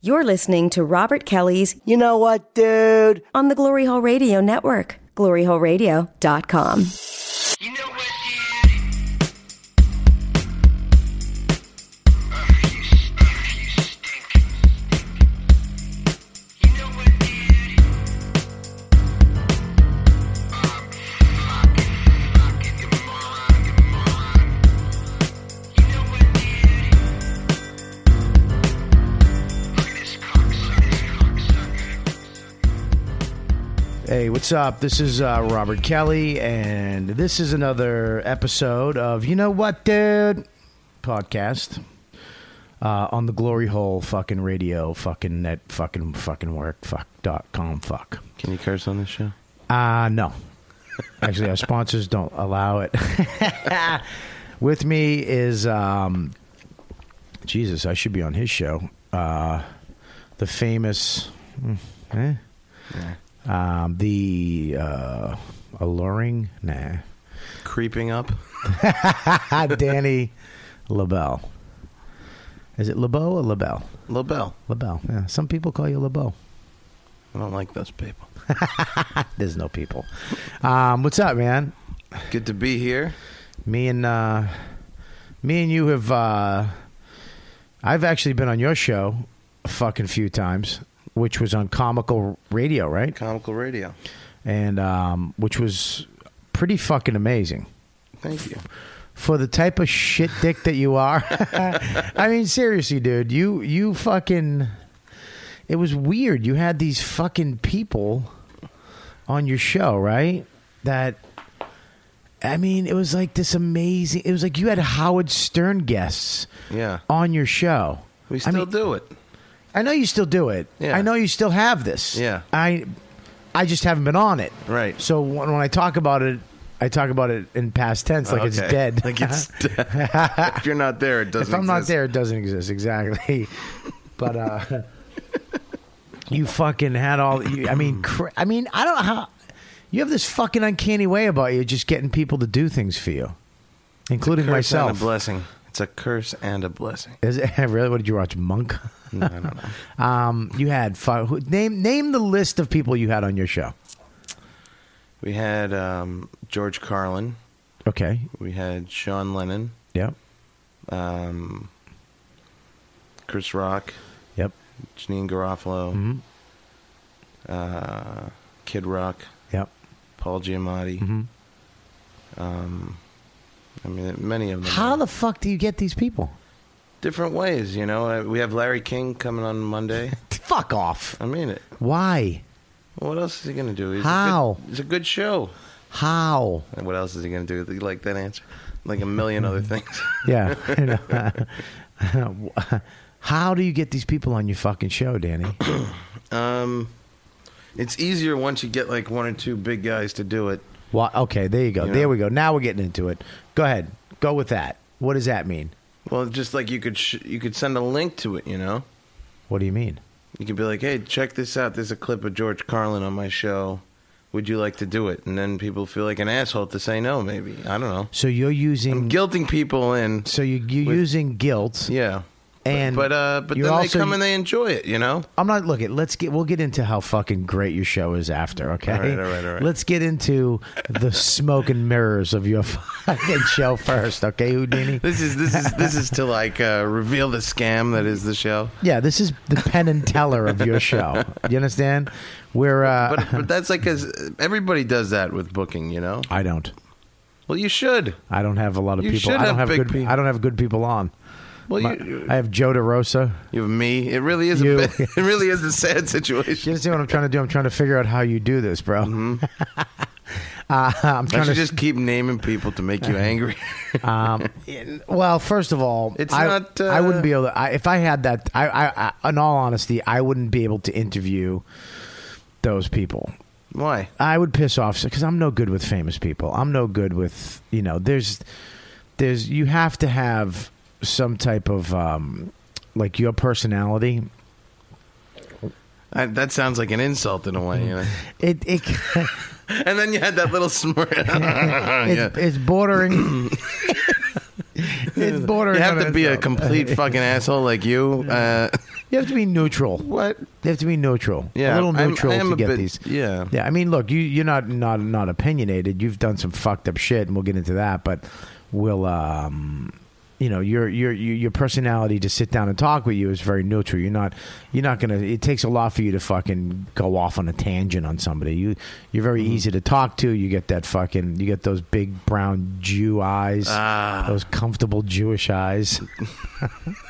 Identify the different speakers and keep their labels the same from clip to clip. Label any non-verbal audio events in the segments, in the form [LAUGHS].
Speaker 1: You're listening to Robert Kelly's
Speaker 2: You know what, dude?
Speaker 1: on the Glory Hole Radio Network, gloryholeradio.com.
Speaker 3: You know what, dude? Uh, you, st- uh, you stink. You know what, dude? Um, fucking, fucking, you moron, you moron. You know what, dude? Look at this cocksucker, cocksucker.
Speaker 2: Hey, what's up? This is uh, Robert Kelly, and this is another episode of You Know What, Dude podcast uh, on the Glory Hole fucking radio, fucking net, fucking, fucking work, fuck dot com, fuck.
Speaker 4: Can you curse on this show?
Speaker 2: Uh, no. Actually, our sponsors don't allow it. [LAUGHS] With me is, um, Jesus, I should be on his show. Uh, the famous, mm, eh? um, the uh, alluring, nah, [LAUGHS]
Speaker 4: Creeping up.
Speaker 2: Danny LaBelle. Is it LeBeau or LaBelle?
Speaker 4: LaBelle.
Speaker 2: LaBelle. Yeah, some people call you LeBeau.
Speaker 4: I don't like those people.
Speaker 2: There's no people. Um, what's up, man?
Speaker 4: Good to be here.
Speaker 2: Me and uh, me and you have. Uh, I've actually been on your show a fucking few times, which was on comical radio, right?
Speaker 4: Comical radio.
Speaker 2: And um, which was pretty fucking amazing
Speaker 4: Thank you.
Speaker 2: for the type of shit dick that you are. [LAUGHS] I mean, seriously, dude, you you fucking. It was weird. You had these fucking people on your show, right? That. I mean, it was like this amazing. It was like you had Howard Stern guests
Speaker 4: Yeah.
Speaker 2: on your show.
Speaker 4: We still
Speaker 2: I mean,
Speaker 4: do it.
Speaker 2: I know you still do it.
Speaker 4: Yeah.
Speaker 2: I know you still have this.
Speaker 4: Yeah.
Speaker 2: I, I just haven't been on it.
Speaker 4: Right.
Speaker 2: So when, when I talk about it, I talk about it in past tense, like it's
Speaker 4: Okay.
Speaker 2: dead.
Speaker 4: [LAUGHS]
Speaker 2: [LAUGHS]
Speaker 4: Like it's dead. if you're not there, it doesn't
Speaker 2: if I'm not
Speaker 4: exist.
Speaker 2: there, it doesn't exist exactly. [LAUGHS] but uh, you fucking had all. You, I
Speaker 4: [CLEARS THROAT]
Speaker 2: mean, cr- I mean, I don't know how. You have this fucking uncanny way about you, just getting people to do things for you, including
Speaker 4: curse
Speaker 2: myself.
Speaker 4: And a blessing. It's a curse and a blessing.
Speaker 2: Is it [LAUGHS] really? What did you watch, Monk? [LAUGHS]
Speaker 4: No, I don't know.
Speaker 2: Um, you had fi- who name name the list of people you had on your show.
Speaker 4: We had um, George Carlin.
Speaker 2: Okay.
Speaker 4: We had Sean Lennon.
Speaker 2: Yep.
Speaker 4: Um, Chris Rock.
Speaker 2: Yep.
Speaker 4: Janine Garofalo.
Speaker 2: Mhm.
Speaker 4: Uh, Kid Rock.
Speaker 2: Yep.
Speaker 4: Paul Giamatti.
Speaker 2: Mhm.
Speaker 4: Um, I mean, many of them.
Speaker 2: Mm-hmm. How the fuck do you get these people?
Speaker 4: different ways, you know. Uh, We have Larry King coming
Speaker 2: [LAUGHS]
Speaker 4: on Monday.
Speaker 2: Fuck off.
Speaker 4: I mean it.
Speaker 2: Why?
Speaker 4: What else is he going to do? He's
Speaker 2: How?
Speaker 4: A good, it's a good show.
Speaker 2: How?
Speaker 4: And what else is he going to do? You like that answer? Like a
Speaker 2: [LAUGHS]
Speaker 4: million other things.
Speaker 2: Yeah. you know. [LAUGHS] How do you get these people on your fucking show, Danny?
Speaker 4: Um, it's easier once you get like one or two big guys to do it.
Speaker 2: Why, okay, there you go.
Speaker 4: You
Speaker 2: there
Speaker 4: know.
Speaker 2: we go. Now we're getting into it. Go ahead. Go with that. What does that mean?
Speaker 4: Well, just like you could sh- you could send a link to it, you know.
Speaker 2: What do you mean?
Speaker 4: You could be like, "Hey, check this out. There's a clip of George Carlin on my show. Would you like to do it?" And then people feel like an asshole to say no. Maybe I don't know.
Speaker 2: So you're using
Speaker 4: I'm guilting people in.
Speaker 2: so you you're
Speaker 4: with-
Speaker 2: using guilt.
Speaker 4: Yeah.
Speaker 2: And
Speaker 4: but uh, but
Speaker 2: you're
Speaker 4: then
Speaker 2: also-
Speaker 4: they come and they enjoy it, you know.
Speaker 2: I'm not looking. Let's get. We'll get into how fucking great your show is after. Okay.
Speaker 4: All right, all right, all right.
Speaker 2: Let's get into the smoke and mirrors of your [LAUGHS] fucking show first. Okay, Houdini.
Speaker 4: This is this is this is to like uh, reveal the scam that is the show.
Speaker 2: Yeah, this is the Penn and Teller of your show. You understand? We're. Uh,
Speaker 4: But but that's like as everybody does that with booking, you know.
Speaker 2: I don't.
Speaker 4: Well, you should.
Speaker 2: I don't have a lot of
Speaker 4: You
Speaker 2: people.
Speaker 4: should
Speaker 2: I don't have,
Speaker 4: have big
Speaker 2: good.
Speaker 4: people.
Speaker 2: I don't have good people on.
Speaker 4: Well,
Speaker 2: My-
Speaker 4: you
Speaker 2: I have Joe DeRosa.
Speaker 4: you have me. It really is.
Speaker 2: You.
Speaker 4: A, bit- [LAUGHS] it really is a sad
Speaker 2: Do you
Speaker 4: situation.
Speaker 2: understand what I'm trying to do? I'm trying to figure out how you do this, bro.
Speaker 4: Mm-hmm.
Speaker 2: [LAUGHS] uh, I'm
Speaker 4: I
Speaker 2: trying to.
Speaker 4: should just keep naming people to
Speaker 2: [LAUGHS]
Speaker 4: make you angry. [LAUGHS]
Speaker 2: Um, in- well, first of all,
Speaker 4: It's
Speaker 2: I,
Speaker 4: not, uh,
Speaker 2: I wouldn't be able to. I, if I had that, I, I, I, in all honesty, I wouldn't be able to interview those people.
Speaker 4: Why?
Speaker 2: I would piss off because I'm no good with famous people. I'm no good with you know. There's, there's you have to have some type of um, like your personality.
Speaker 4: I, that sounds like an insult in a way. You [LAUGHS] know?
Speaker 2: It it it's,
Speaker 4: [LAUGHS] And then you had that little smirk. yeah. [COUGHS]
Speaker 2: it's bordering. It's bordering
Speaker 4: You have
Speaker 2: on
Speaker 4: to be a
Speaker 2: insult.
Speaker 4: [LAUGHS] complete fucking asshole like you. Uh, [LAUGHS]
Speaker 2: You have to be neutral.
Speaker 4: what?
Speaker 2: You have to be neutral. a
Speaker 4: Yeah,
Speaker 2: little
Speaker 4: I'm-
Speaker 2: neutral
Speaker 4: I am
Speaker 2: to
Speaker 4: a
Speaker 2: get
Speaker 4: bit-
Speaker 2: these.
Speaker 4: yeah.
Speaker 2: yeah. I mean, look, you you're not not not opinionated. You've done some fucked up shit, and we'll get into that. But we'll, um, you know, your your your your personality to sit down and talk with you is very neutral. You're not you're not gonna. It takes a lot for you to fucking go off on a tangent on somebody. You you're
Speaker 4: Mm-hmm.
Speaker 2: very easy to talk to. You get that fucking you get those big brown Jew eyes,
Speaker 4: Ah.
Speaker 2: those comfortable Jewish
Speaker 4: [LAUGHS]
Speaker 2: eyes,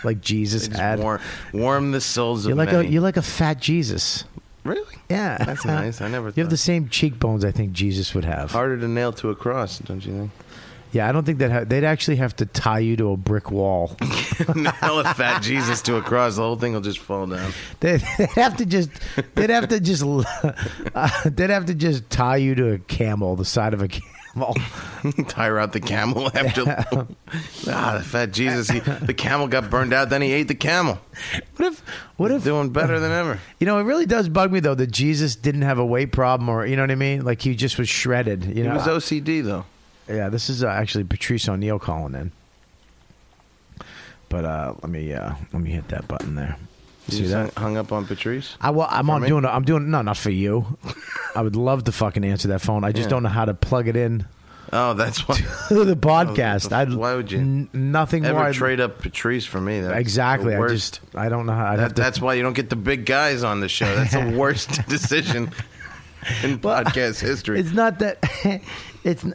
Speaker 2: like Jesus
Speaker 4: Just
Speaker 2: had.
Speaker 4: warm, warm the souls
Speaker 2: You're
Speaker 4: of
Speaker 2: like
Speaker 4: many.
Speaker 2: a you're like a fat Jesus.
Speaker 4: really?
Speaker 2: [LAUGHS] Yeah,
Speaker 4: That's nice. I
Speaker 2: You
Speaker 4: never
Speaker 2: have
Speaker 4: thought.
Speaker 2: the same cheekbones I think Jesus would have.
Speaker 4: Harder to nail to a cross, don't you
Speaker 2: Yeah, I don't think that ha- they'd actually have to tie you to a brick wall. [LAUGHS]
Speaker 4: think? [LAUGHS] nail a fat Jesus to a cross, the whole thing will just fall down. [LAUGHS]
Speaker 2: they'd, they'd have to just they'd have to just [LAUGHS] uh, they'd have to just tie you to a camel, the side of a [LAUGHS] camel.
Speaker 4: Tire out the camel [LAUGHS] after. [LAUGHS] ah, the fat Jesus. He, the camel got burned out. Then he ate the camel.
Speaker 2: What if what if
Speaker 4: Doing better than ever.
Speaker 2: you know? It really does bug me though that Jesus didn't have a weight problem, or you know what I mean? Like he just was shredded. You
Speaker 4: He
Speaker 2: know,
Speaker 4: was OCD though.
Speaker 2: Yeah, this is uh, actually Patrice O'Neill calling in. But uh, let me uh, let me hit that button there.
Speaker 4: You
Speaker 2: See
Speaker 4: just
Speaker 2: that?
Speaker 4: hung up on Patrice.
Speaker 2: I well, I'm
Speaker 4: For
Speaker 2: on
Speaker 4: me?
Speaker 2: doing. I'm doing. No, not for you. [LAUGHS] I would love to fucking answer that phone. I just
Speaker 4: Yeah.
Speaker 2: don't know how to plug it in [LAUGHS]
Speaker 4: Oh, that's [LAUGHS] why.
Speaker 2: to the podcast.
Speaker 4: Oh,
Speaker 2: I'd,
Speaker 4: why would you
Speaker 2: n- nothing more.
Speaker 4: Ever
Speaker 2: I'd-
Speaker 4: trade up Patrice for me? That's
Speaker 2: exactly.
Speaker 4: The
Speaker 2: I
Speaker 4: worst.
Speaker 2: just. I don't know how. I'd have
Speaker 4: That,
Speaker 2: to.
Speaker 4: that's why you don't get the big guys on the show.
Speaker 2: [LAUGHS]
Speaker 4: That's the worst decision in podcast history.
Speaker 2: It's not that. [LAUGHS] it's. n-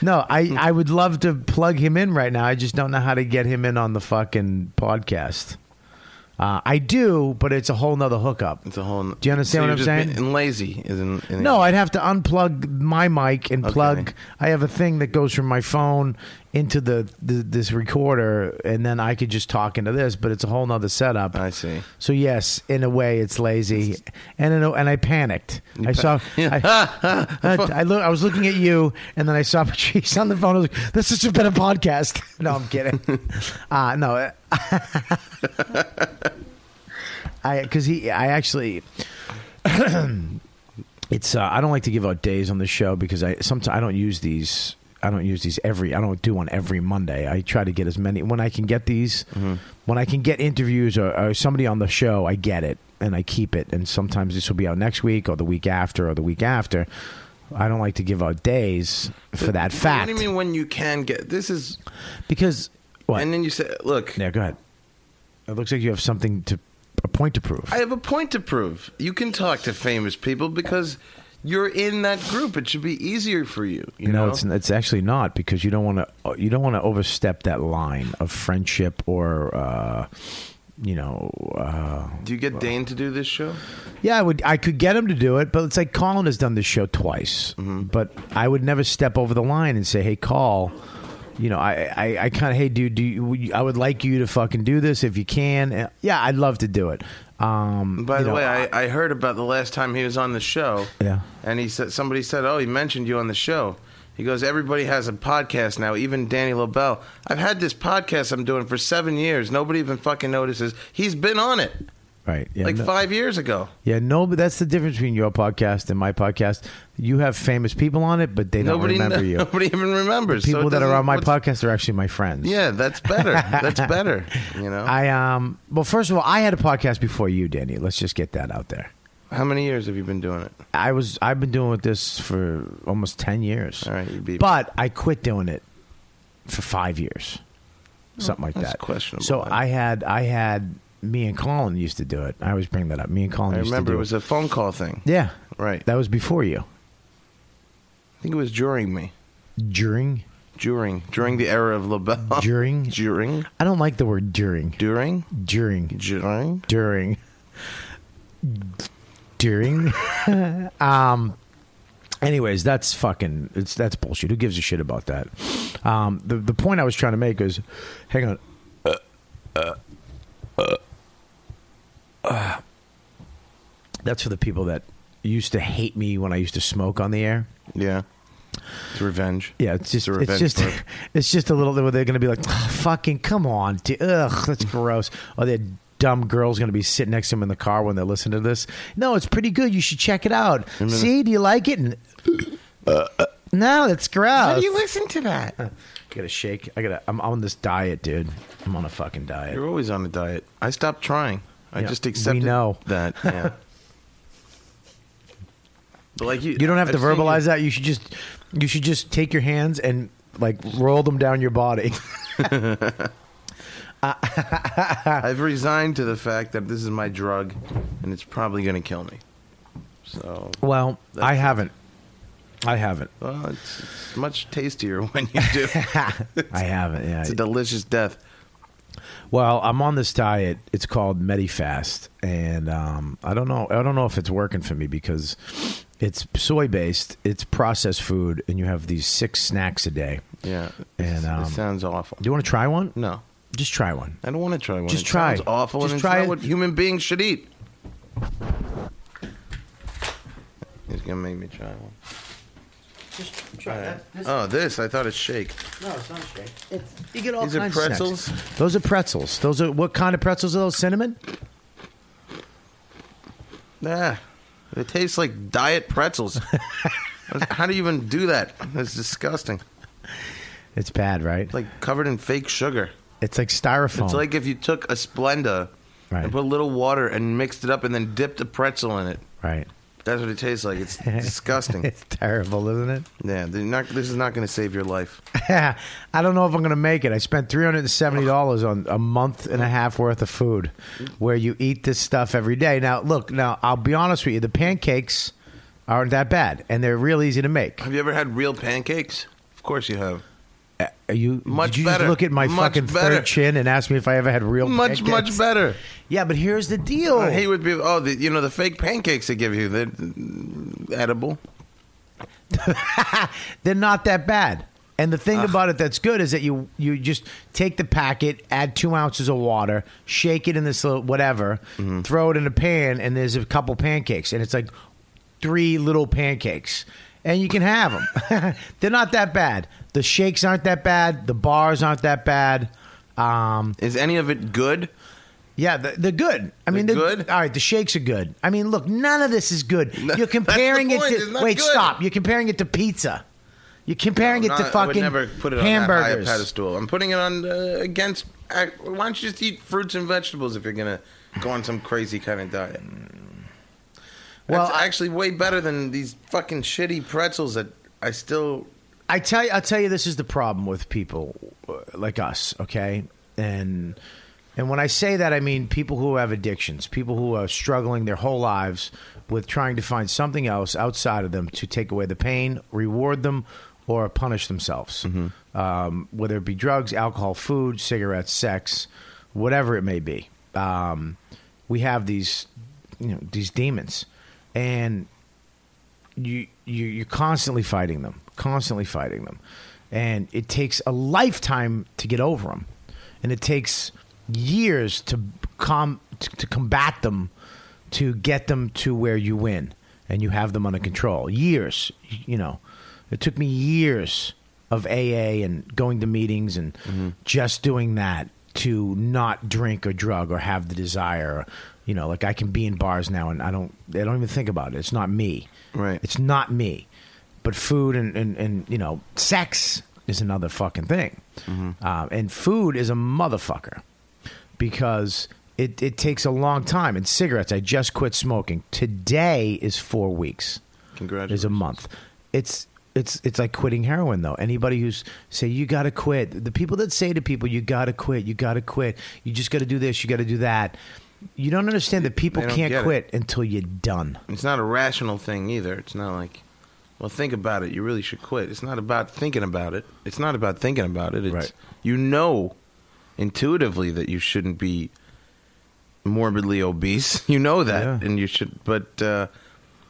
Speaker 2: no, I I would love to plug him in right now. I just don't know how to get him in on the fucking podcast. Uh, I do, but it's a whole nother hookup.
Speaker 4: It's a whole.
Speaker 2: Do you understand what
Speaker 4: you're
Speaker 2: I'm
Speaker 4: just
Speaker 2: saying?
Speaker 4: being- And lazy isn't. in-
Speaker 2: No, I'd have to unplug my mic and
Speaker 4: Okay.
Speaker 2: plug. I have a thing that goes from my phone into the, the this recorder, and then I could just talk into this. But it's a whole nother setup.
Speaker 4: I see.
Speaker 2: So yes, in a way, it's lazy, and in a, and I panicked. I
Speaker 4: [LAUGHS]
Speaker 2: saw. I, I, I, look, I was looking at you, and then I saw [LAUGHS] Patrice on the phone. I was like, "This has just been a podcast." [LAUGHS] No, I'm
Speaker 4: [LAUGHS]
Speaker 2: kidding. Uh, no, [LAUGHS] uh, I because he I actually it's uh, I don't like to give out days on the show because I sometimes I don't use these I don't use these every I don't do one every Monday. I try to get as many when I can get these
Speaker 4: Mm-hmm.
Speaker 2: when I can get interviews or, or somebody on the show. I get it and I keep it. And sometimes this will be out next week or the week after or the week after. I don't like to give out days for that fact
Speaker 4: What do you mean when you can get this is?
Speaker 2: because what?
Speaker 4: And then you say, look,
Speaker 2: yeah, go ahead. It looks like you have something to a point to prove.
Speaker 4: I have a point to prove. You can talk to famous people because you're in that group. It should be easier for you. You
Speaker 2: no,
Speaker 4: know,
Speaker 2: it's it's actually not because you don't want to you don't want to overstep that line of friendship or uh, you know uh,
Speaker 4: Do you get Dane to do this show?
Speaker 2: yeah I would I could get him to do it but it's like Colin has done this show twice
Speaker 4: Mm-hmm.
Speaker 2: but I would never step over the line and say hey call you know I I, I kind of hey dude do you, would you- I would like you to fucking do this if you can And, yeah I'd love to do it um,
Speaker 4: By
Speaker 2: you
Speaker 4: the
Speaker 2: know,
Speaker 4: way, I, I heard about the last time he was on the show.
Speaker 2: Yeah.
Speaker 4: And he said somebody said, "Oh, he mentioned you on the show." He goes, "Everybody has a podcast now, even Danny LaBelle. I've had this podcast I'm doing for 7 years. Nobody even fucking notices. He's been on it
Speaker 2: right yeah,
Speaker 4: like
Speaker 2: no-
Speaker 4: 5 years ago.
Speaker 2: Yeah, no, but that's the difference between your podcast and my podcast. You have famous people on it, but they don't
Speaker 4: nobody
Speaker 2: remember you.
Speaker 4: [LAUGHS] Nobody even remembers. So
Speaker 2: People
Speaker 4: it
Speaker 2: that are
Speaker 4: doesn't-
Speaker 2: on my
Speaker 4: what's-
Speaker 2: podcast are actually my friends.
Speaker 4: Yeah, that's
Speaker 2: [LAUGHS]
Speaker 4: better. that's better, you know.
Speaker 2: I um. Well, first of all, I had a podcast before you, Danny. Let's just get that out there.
Speaker 4: How many years have you been doing it?
Speaker 2: I was I've been doing with this for almost ten years.
Speaker 4: All right, you beat me.
Speaker 2: but I quit doing it for five years, something like
Speaker 4: Oh, that's
Speaker 2: that.
Speaker 4: questionable.
Speaker 2: So I had I had me and Colin used to do it. I always bring that up. Me and Colin.
Speaker 4: I
Speaker 2: used
Speaker 4: remember
Speaker 2: to
Speaker 4: it
Speaker 2: do
Speaker 4: was a phone call thing.
Speaker 2: yeah,
Speaker 4: Right.
Speaker 2: that was before you.
Speaker 4: I think it was during me.
Speaker 2: During
Speaker 4: During during the era of LaBelle.
Speaker 2: During?
Speaker 4: [LAUGHS] during
Speaker 2: I don't like the word during.
Speaker 4: during
Speaker 2: During.
Speaker 4: during.
Speaker 2: during during [LAUGHS] um anyways that's fucking it's that's bullshit who gives a shit about that um the the point i was trying to make is hang on that's for the people that used to hate me when i used to smoke on the air
Speaker 4: Yeah. It's revenge.
Speaker 2: yeah, it's just
Speaker 4: a
Speaker 2: it's,
Speaker 4: revenge
Speaker 2: just
Speaker 4: trip.
Speaker 2: [LAUGHS] it's just a little where they're gonna be like, "Ugh, fucking come on, dude. Ugh, that's
Speaker 4: Mm-hmm.
Speaker 2: gross. Or that dumb girl's gonna be sitting next to him in the car when they listen to this. No, it's pretty good. You should check it out.
Speaker 4: Uh,
Speaker 2: See, do you like it? And, no, that's gross.
Speaker 4: listen to that?
Speaker 2: gotta shake. I gotta. I'm on this diet, dude. I'm on a fucking diet.
Speaker 4: You're always on a diet. I stopped trying. I
Speaker 2: Yeah,
Speaker 4: just
Speaker 2: we
Speaker 4: accepted
Speaker 2: know. [LAUGHS]
Speaker 4: that. Yeah. but like you,
Speaker 2: You don't have
Speaker 4: I've
Speaker 2: to
Speaker 4: seen you-
Speaker 2: verbalize that. You should just. You should just take your hands and like roll them down your body. [LAUGHS]
Speaker 4: I've resigned to the fact that this is my drug, and it's probably going to kill me. So,
Speaker 2: well,
Speaker 4: That's-
Speaker 2: I haven't. I haven't. [LAUGHS]
Speaker 4: well, it's, it's much tastier [LAUGHS] when you do.
Speaker 2: I haven't. Yeah.
Speaker 4: it's a delicious death.
Speaker 2: Well, I'm on this diet. It's called MediFast, and um, I don't know. I don't know if it's working for me because it's soy based. It's processed food, and you have these six snacks a day.
Speaker 4: Yeah,
Speaker 2: And,
Speaker 4: It's-
Speaker 2: um,
Speaker 4: it sounds awful.
Speaker 2: Do you want to try one?
Speaker 4: no,
Speaker 2: Just try one.
Speaker 4: I don't want to try one.
Speaker 2: Just
Speaker 4: It
Speaker 2: try.
Speaker 4: Sounds awful,
Speaker 2: Just
Speaker 4: and
Speaker 2: try
Speaker 4: it's
Speaker 2: it.
Speaker 4: not what human beings should eat. He's gonna make me try one.
Speaker 2: Just
Speaker 4: Oh, this! I thought it's shake.
Speaker 2: no, it's not shake. you get all
Speaker 4: These are
Speaker 2: kinds of snacks.
Speaker 4: pretzels?
Speaker 2: Those are pretzels. Those are what kind of pretzels are those? Cinnamon?
Speaker 4: Nah, it tastes like
Speaker 2: [LAUGHS]
Speaker 4: diet pretzels. How do you even do that? That's disgusting.
Speaker 2: It's bad, right?
Speaker 4: Like covered in fake sugar.
Speaker 2: It's like styrofoam.
Speaker 4: It's like if you took a Splenda
Speaker 2: Right.
Speaker 4: and put a little water and mixed it up and then dipped a pretzel in it.
Speaker 2: right.
Speaker 4: That's what it tastes
Speaker 2: [LAUGHS]
Speaker 4: like. It's disgusting.
Speaker 2: it's terrible, isn't it?
Speaker 4: Yeah, they're not, this is not going to save your life.
Speaker 2: [LAUGHS] I don't know if I'm going to make it. I spent three hundred and seventy dollars on a month and a half worth of food, where you eat this stuff every day. Now, look, now I'll be honest with you. The pancakes aren't that bad, and they're real easy to make.
Speaker 4: Have you ever had real pancakes? Of course you have.
Speaker 2: Uh, Are you
Speaker 4: Much
Speaker 2: did you
Speaker 4: better.
Speaker 2: just look at my
Speaker 4: Much
Speaker 2: fucking
Speaker 4: better.
Speaker 2: third chin and ask me if I ever had real
Speaker 4: Much,
Speaker 2: pancakes?
Speaker 4: much better.
Speaker 2: Yeah, but here's the deal.
Speaker 4: He would be. Oh, the, you know the fake pancakes they give you—they're mm, edible.
Speaker 2: [LAUGHS] they're not that bad. And the thing about it that's good is that you you just take the packet, add two ounces of water, shake it in this little whatever, throw it in a pan, and there's a couple pancakes, and it's like three little pancakes, and you can have them. [LAUGHS] they're not that bad. The shakes aren't that bad. The bars aren't that bad. Um,
Speaker 4: Is any of it good?
Speaker 2: yeah, the- they're good. I mean,
Speaker 4: They're
Speaker 2: they're
Speaker 4: good?
Speaker 2: All right, the shakes are good. I mean, look, none of this is good.
Speaker 4: No,
Speaker 2: You're
Speaker 4: [LAUGHS] that's the
Speaker 2: comparing it
Speaker 4: point,
Speaker 2: to
Speaker 4: it's not
Speaker 2: wait,
Speaker 4: good.
Speaker 2: stop. You're comparing it to pizza. You're comparing
Speaker 4: No,
Speaker 2: it to
Speaker 4: not- I would
Speaker 2: fucking
Speaker 4: never put it on that high a
Speaker 2: hamburgers.
Speaker 4: pedestal. I'm putting it on uh, against. I, why don't you just eat fruits and vegetables if you're gonna go on some crazy kind of diet?
Speaker 2: Well,
Speaker 4: That's
Speaker 2: I-
Speaker 4: actually way better than these fucking shitty pretzels that I still.
Speaker 2: I tell you, I'll tell you, this is the problem with people uh, like us. Okay, and and when I say that, I mean people who have addictions, people who are struggling their whole lives with trying to find something else outside of them to take away the pain, reward them, or punish themselves. Um, whether it be drugs, alcohol, food, cigarettes, sex, whatever it may be. Um, we have these, you know, these demons, and you, you you're constantly fighting them, constantly fighting them, and it takes a lifetime to get over them, and it takes years to com to, to combat them, to get them to where you win and you have them under control. Years, you know, it took me years of AA and going to meetings and just doing that to not drink or drug or have the desire. Or, you know, like I can be in bars now and I don't, I don't even think about it. It's not me.
Speaker 4: Right.
Speaker 2: It's not me. But food and, and, and you know, sex is another fucking thing.
Speaker 4: Mm-hmm.
Speaker 2: Uh, and food is a motherfucker because it, it takes a long time. And cigarettes, I just quit smoking. Today is four weeks
Speaker 4: Congratulations.
Speaker 2: is a month. It's it's it's like quitting heroin though. Anybody who's say you got to quit, the people that say to people you got to quit, you got to quit, you just got to do this, you got to do that. You don't understand that people
Speaker 4: They don't get
Speaker 2: can't
Speaker 4: it.
Speaker 2: quit until you're done.
Speaker 4: It's not a rational thing either. It's not like, well, think about it. You really should quit. It's not about thinking about it. It's not about thinking about it. It's
Speaker 2: Right.
Speaker 4: you know intuitively that you shouldn't be morbidly obese. [LAUGHS] You know that,
Speaker 2: Yeah.
Speaker 4: and you should. But uh,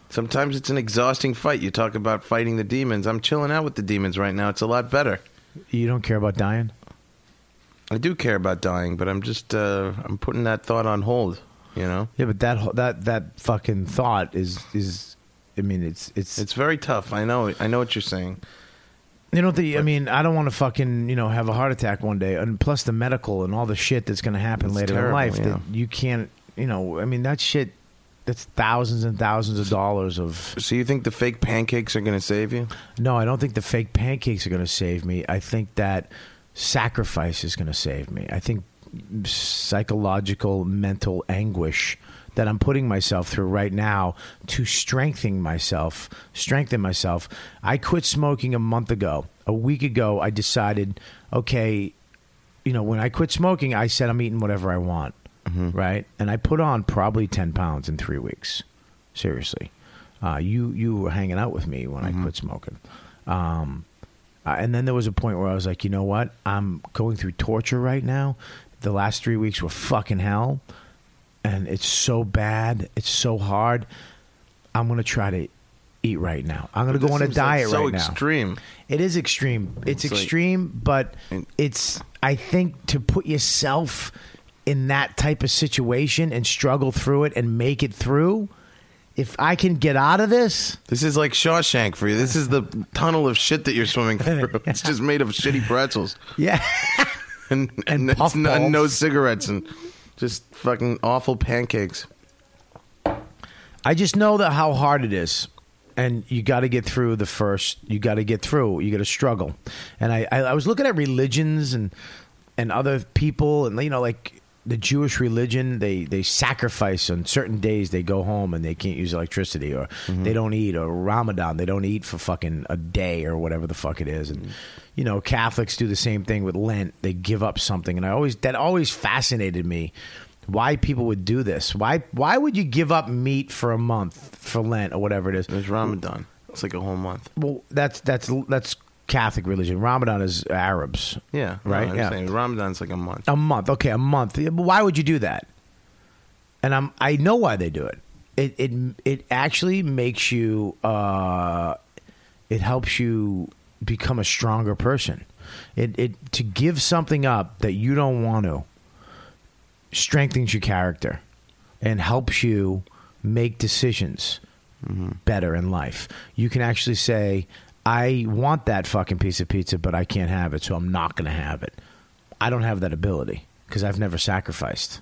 Speaker 4: sometimes it's an exhausting fight. You talk about fighting the demons. I'm chilling out with the demons right now. It's a lot better.
Speaker 2: You don't care about dying.
Speaker 4: I do care about dying, but I'm just uh, I'm putting that thought on hold. You know,
Speaker 2: Yeah, but that whole- that that fucking thought is is I mean it's it's,
Speaker 4: it's very tough. I know. I know what you're saying.
Speaker 2: you know the I mean I don't want to fucking you know have a heart attack one day and plus the medical and all the shit that's going to happen
Speaker 4: It's
Speaker 2: later
Speaker 4: terrible,
Speaker 2: in life
Speaker 4: yeah.
Speaker 2: that you can't you know I mean that shit that's thousands and thousands of dollars of.
Speaker 4: So you think the fake pancakes are going to save you?
Speaker 2: No, I don't think the fake pancakes are going to save me. I think that sacrifice is going to save me. I think psychological, mental anguish that I'm putting myself through right now to strengthen myself, strengthen myself. I quit smoking a month ago. A week ago, I decided, okay, you know, when I quit smoking, I said I'm eating whatever I want,
Speaker 4: Mm-hmm.
Speaker 2: right? And I put on probably ten pounds in three weeks. Seriously, uh, you you were hanging out with me when
Speaker 4: Mm-hmm.
Speaker 2: I quit smoking, um, uh, and then there was a point where I was like, you know what? I'm going through torture right now. The last three weeks were fucking hell, and it's so bad. It's so hard. I'm gonna try to eat right now. I'm gonna
Speaker 4: This
Speaker 2: go on a
Speaker 4: seems, like,
Speaker 2: diet
Speaker 4: so
Speaker 2: right now.
Speaker 4: extreme.
Speaker 2: It is extreme. It's,
Speaker 4: It's like-
Speaker 2: extreme, but
Speaker 4: And-
Speaker 2: it's I think to put yourself in that type of situation and struggle through it and make it through. If I can get out of this,
Speaker 4: This is like Shawshank for you. This is the tunnel of shit that you're
Speaker 2: [LAUGHS]
Speaker 4: swimming through. It's just made of shitty pretzels [LAUGHS]
Speaker 2: yeah,
Speaker 4: and,
Speaker 2: And
Speaker 4: and, it's not-
Speaker 2: puffballs.
Speaker 4: no cigarettes and just fucking awful pancakes.
Speaker 2: I just know that how hard it is, and you got to get through the first. You got to get through. You got to struggle. And I, I, I was looking at religions and and other people, and you know, like the Jewish religion, they they sacrifice on certain days. They go home and they can't use electricity, or they don't eat, or Ramadan, they don't eat for fucking a day or whatever the fuck it is. And you know, Catholics do the same thing with Lent. They give up something, and I always that always fascinated me why people would do this. Why why would you give up meat for a month for Lent or whatever it is?
Speaker 4: There's Ramadan. It's like a whole month.
Speaker 2: Well, that's that's that's Catholic religion. Ramadan is Arabs.
Speaker 4: Yeah, no,
Speaker 2: Right?
Speaker 4: I'm
Speaker 2: Yeah. Um,
Speaker 4: saying Ramadan's like a month.
Speaker 2: A month. Okay, a month. Yeah, but Why would you do that? And I'm I know why they do it. It it it actually makes you uh it helps you become a stronger person. It it to give something up that you don't want to strengthens your character and helps you make decisions
Speaker 4: Mm-hmm.
Speaker 2: better in life. You can actually say, I want that fucking piece of pizza, but I can't have it, so I'm not going to have it. I don't have that ability because I've never sacrificed.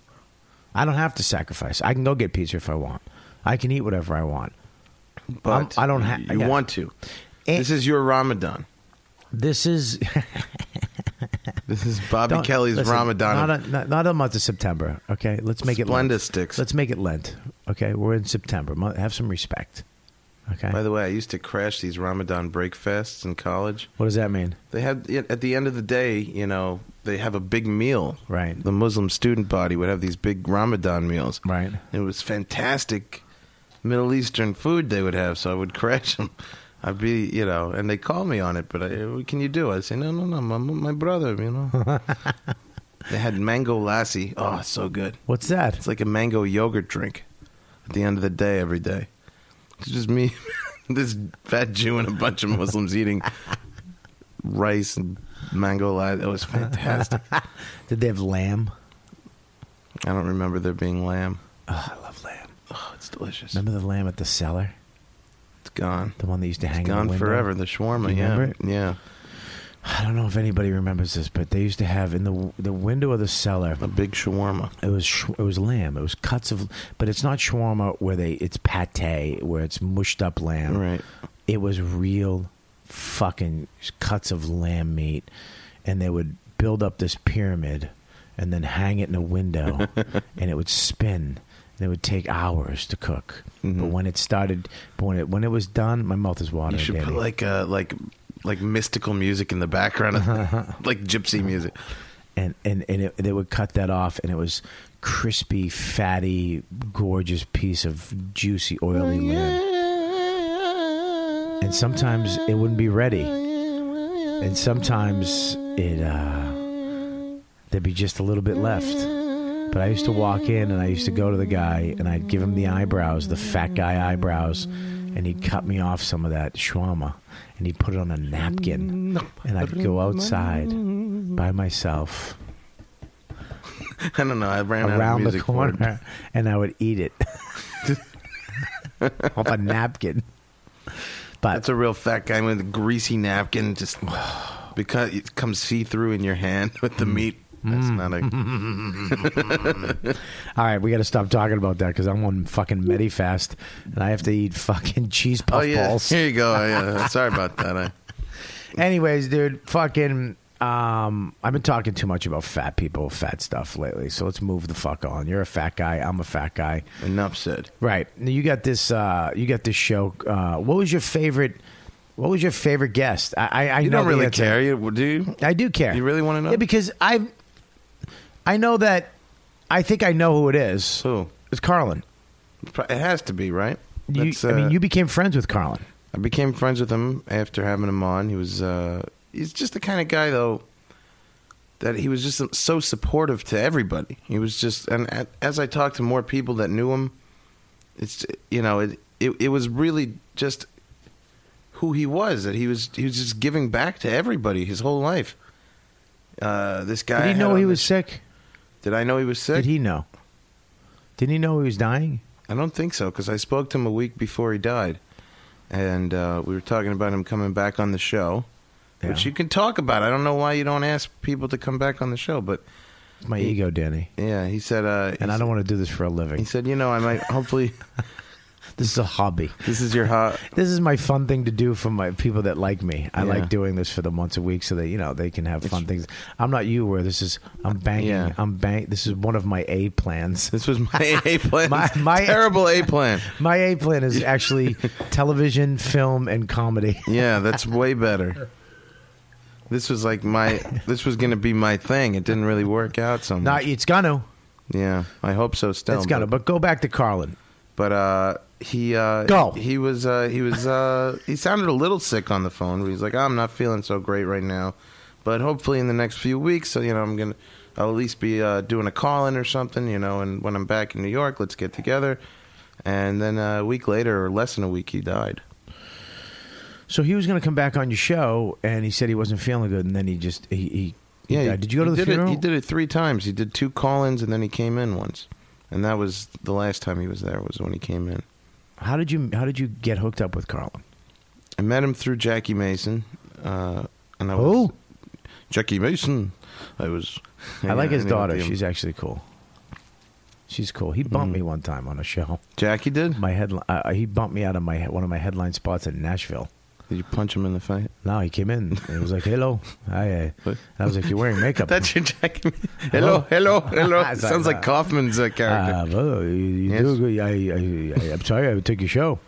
Speaker 2: I don't have to sacrifice. I can go get pizza if I want. I can eat whatever I want. I'm-
Speaker 4: But
Speaker 2: um, I don't ha-
Speaker 4: You
Speaker 2: yeah.
Speaker 4: want to.
Speaker 2: And-
Speaker 4: this is your Ramadan.
Speaker 2: This is
Speaker 4: This is Bobby
Speaker 2: Don't-
Speaker 4: Kelly's
Speaker 2: listen,
Speaker 4: Ramadan.
Speaker 2: Not a, not, not a month of September. Okay, let's make it
Speaker 4: Splenda
Speaker 2: Lent.
Speaker 4: sticks.
Speaker 2: Let's make it Lent. Okay, we're in September. Mo- Have some respect. Okay,
Speaker 4: By the way, I used to crash these Ramadan break fasts in college.
Speaker 2: what does that mean?
Speaker 4: They had at the end of the day, you know, they have a big meal.
Speaker 2: Right.
Speaker 4: The Muslim student body would have these big Ramadan meals.
Speaker 2: Right.
Speaker 4: It was fantastic Middle Eastern food they would have, so I would [LAUGHS] crash them. I'd be, you know, and they call me on it, but I, what can you do? I'd say, no, no, no, my, my brother,
Speaker 2: [LAUGHS]
Speaker 4: you know. they had mango lassi. Oh, so good.
Speaker 2: What's that?
Speaker 4: It's like a mango yogurt drink at the end of the day every day. It's just me, [LAUGHS] this fat Jew, and a bunch of Muslims eating rice and mango lassi. It was fantastic. I
Speaker 2: Did they have lamb?
Speaker 4: don't remember there being lamb.
Speaker 2: Oh, I love lamb.
Speaker 4: Oh, it's delicious.
Speaker 2: Remember the lamb at the cellar?
Speaker 4: It's gone.
Speaker 2: The one that used to hang in
Speaker 4: Gone
Speaker 2: the window?
Speaker 4: forever. The shawarma.
Speaker 2: You
Speaker 4: yeah.
Speaker 2: remember it?
Speaker 4: Yeah.
Speaker 2: I don't know if anybody remembers this, but they used to have in the the window of the cellar.
Speaker 4: A big shawarma.
Speaker 2: It was sh- it was lamb. It was cuts of, but it's not shawarma where they it's pate where it's mushed up lamb.
Speaker 4: Right.
Speaker 2: It was real fucking cuts of lamb meat, and they would build up this pyramid, and then hang it in a
Speaker 4: [LAUGHS]
Speaker 2: window, and it would spin. And it would take hours to cook, but when it started, but when it when it was done, my mouth is watering.
Speaker 4: Mm-hmm. You should put
Speaker 2: Danny.
Speaker 4: like uh like like mystical music in
Speaker 2: [LAUGHS]
Speaker 4: the background, like gypsy music.
Speaker 2: and and and it, they would cut that off, and it was crispy, fatty, gorgeous piece of juicy, oily lamb. And sometimes it wouldn't be ready, and sometimes it uh, there'd be just a little bit left. But I used to walk in and I used to go to the guy and I'd give him the eyebrows, the fat guy eyebrows, and he'd cut me off some of that shawarma and he'd put it on a napkin. And I'd go outside by myself
Speaker 4: [LAUGHS] I don't know. I ran out of
Speaker 2: around the
Speaker 4: music for it.
Speaker 2: corner [LAUGHS] and I would eat
Speaker 4: [LAUGHS]
Speaker 2: it off a napkin. But
Speaker 4: That's a real fat guy [SIGHS]
Speaker 2: Mm.
Speaker 4: with a greasy napkin. Just because it comes see through in your hand [LAUGHS] with the meat. That's not
Speaker 2: [LAUGHS]
Speaker 4: a.
Speaker 2: All right, we got to stop talking about that because I'm on fucking Medifast and I have to eat fucking [LAUGHS] cheese
Speaker 4: oh
Speaker 2: puff
Speaker 4: yeah,
Speaker 2: balls.
Speaker 4: here you go. Yeah, [LAUGHS] sorry about that. I,
Speaker 2: [LAUGHS] Anyways, dude, fucking. Um, I've been talking too much about fat people, fat stuff lately. So let's move the fuck on. You're a fat guy. I'm a fat guy.
Speaker 4: enough said.
Speaker 2: Right. Now You got this. Uh, you got this show. Uh, what was your favorite? What was your favorite guest? I I, I
Speaker 4: You
Speaker 2: know
Speaker 4: don't
Speaker 2: the
Speaker 4: really
Speaker 2: answer.
Speaker 4: care, you do you?
Speaker 2: I do care.
Speaker 4: You really wanna know?
Speaker 2: Yeah, because I I know that I think I know who it is.
Speaker 4: Who?
Speaker 2: It's Carlin.
Speaker 4: It has to be right.
Speaker 2: You,
Speaker 4: That's,
Speaker 2: I
Speaker 4: uh,
Speaker 2: mean, you became friends with Carlin.
Speaker 4: I became friends with him after having him on. He was uh, he's just the kind of guy though that he was just so supportive to everybody. He was just and a- as I talked to more people that knew him, it's you know it it, it was really just who he was that he was he was just giving back to everybody his whole life. Uh, this guy.
Speaker 2: Did he
Speaker 4: had
Speaker 2: know
Speaker 4: on
Speaker 2: he
Speaker 4: this-
Speaker 2: was sick?
Speaker 4: Did I know he was sick?
Speaker 2: Did he know? Didn't he know he was dying?
Speaker 4: I don't think so because I spoke to him a week before he died, and uh, we were talking about him coming back on the show, which
Speaker 2: Yeah.
Speaker 4: you can talk about. I don't know why you don't ask people to come back on the show, but
Speaker 2: It's my
Speaker 4: He-
Speaker 2: ego, Danny.
Speaker 4: yeah, he said, uh,
Speaker 2: And
Speaker 4: he
Speaker 2: I don't
Speaker 4: s-
Speaker 2: want to do this for a
Speaker 4: He
Speaker 2: living.
Speaker 4: said, you know, I might
Speaker 2: [LAUGHS]
Speaker 4: hopefully
Speaker 2: This is a hobby.
Speaker 4: this is your hot.
Speaker 2: This is my fun thing to do for my people that like me. I
Speaker 4: Yeah.
Speaker 2: like doing this for them once a week so that you know they can have fun things. I'm not you where this is I'm banking
Speaker 4: Yeah.
Speaker 2: I'm bank this is one of my A plans. [LAUGHS]
Speaker 4: This was my A plan.
Speaker 2: My- my-
Speaker 4: terrible
Speaker 2: [LAUGHS]
Speaker 4: A plan.
Speaker 2: My A plan is
Speaker 4: [LAUGHS]
Speaker 2: actually television, film, and comedy.
Speaker 4: Yeah, that's way better. This was like my. This was going to be my thing. It didn't really work out. So much.
Speaker 2: Not it's gonna,
Speaker 4: yeah, I hope so. Still,
Speaker 2: it's gonna. But go back to Carlin.
Speaker 4: But uh, he uh,
Speaker 2: Go.
Speaker 4: He was uh, he was uh, he sounded a little sick on the phone. He was like, "I'm not feeling so great right now, but hopefully in the next few weeks, so you know, I'm gonna I'll at least be uh, doing a call in or something, you know. And when I'm back in New York, let's get together." And then uh, a week later, or less than a week, he died.
Speaker 2: So he was gonna come back on your show, and he said he wasn't feeling good, and then he just he. he he
Speaker 4: Yeah,
Speaker 2: died.
Speaker 4: he-
Speaker 2: did you go to
Speaker 4: he
Speaker 2: the
Speaker 4: did
Speaker 2: funeral?
Speaker 4: It, he did it three times. He did two call-ins, and then he came in once. And that was the last time he was there. Was when he came in.
Speaker 2: How did you How did you get hooked up with Carlin?
Speaker 4: I met him through Jackie Mason. Uh, and I
Speaker 2: Who?
Speaker 4: was Jackie Mason. I was.
Speaker 2: I like his
Speaker 4: hanging out
Speaker 2: daughter.
Speaker 4: with him.
Speaker 2: She's actually cool. She's cool. He
Speaker 4: Mm-hmm.
Speaker 2: bumped me one time on a show.
Speaker 4: Jackie did.
Speaker 2: My headline. Uh, he bumped me out of my one of my headline spots in Nashville.
Speaker 4: Did you punch him in the face?
Speaker 2: No, he came in. and He was like, "Hello, hi." uh," And I was like, "You're wearing makeup."
Speaker 4: [LAUGHS] That's your Jackie.
Speaker 2: [LAUGHS]
Speaker 4: Hello, hello, hello.
Speaker 2: It's like
Speaker 4: Sounds like
Speaker 2: that.
Speaker 4: Kaufman's uh, character.
Speaker 2: Uh, well, you, you
Speaker 4: Yes.
Speaker 2: do good. I, I, I, I'm sorry I took your show,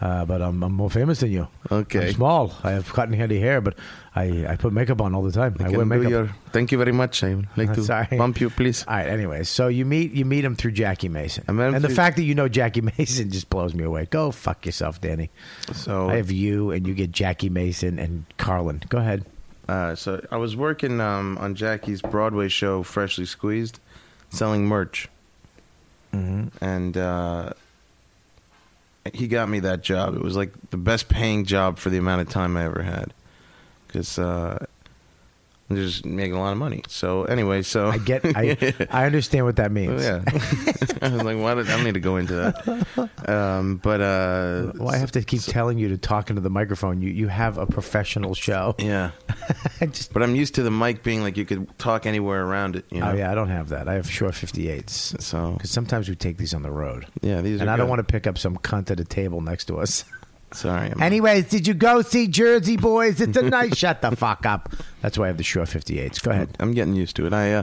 Speaker 2: uh, but I'm, I'm more famous than you.
Speaker 4: Okay.
Speaker 2: I'm small. I have cotton candy hair, but I, I put makeup on all the time. I,
Speaker 4: Can
Speaker 2: wear
Speaker 4: do
Speaker 2: makeup.
Speaker 4: your- thank you very much. I would
Speaker 2: [LAUGHS]
Speaker 4: like to
Speaker 2: Sorry.
Speaker 4: bump you, please.
Speaker 2: All right. Anyway, so you meet you meet him through Jackie Mason,
Speaker 4: I met him
Speaker 2: and the
Speaker 4: through-
Speaker 2: fact that you know Jackie [LAUGHS] Mason just blows me away. Go fuck yourself, Danny.
Speaker 4: So
Speaker 2: I have you, and you get Jackie Mason and Carlin. Go ahead.
Speaker 4: Uh, so I was working um, on Jackie's Broadway show, Freshly Squeezed, selling merch,
Speaker 2: Mm-hmm.
Speaker 4: and uh, he got me that job. It was like the best paying job for the amount of time I ever had, because uh, I'm just making a lot of money. So anyway, so
Speaker 2: I get. I I understand what that means.
Speaker 4: [LAUGHS] Oh, yeah, [LAUGHS] I was like, why did I don't need to go into that? Um, but uh,
Speaker 2: Well, I have to keep telling you to talk into the microphone. You you have a professional show.
Speaker 4: yeah.
Speaker 2: [LAUGHS] I just
Speaker 4: But I'm used to the mic being like you could talk anywhere around it. You know?
Speaker 2: Oh yeah, I don't have that. I have Shore 58s.
Speaker 4: So
Speaker 2: Because sometimes we take these on the road.
Speaker 4: Yeah, these
Speaker 2: And
Speaker 4: are
Speaker 2: I don't
Speaker 4: good.
Speaker 2: want to pick up some cunt at a table next to
Speaker 4: [LAUGHS]
Speaker 2: us. [LAUGHS]
Speaker 4: Sorry. I'm-
Speaker 2: Anyways, did you go see Jersey Boys? It's a nice. [LAUGHS] Shut the fuck up. That's why I have the Shore 58s. Go ahead.
Speaker 4: I'm getting used to it. I uh,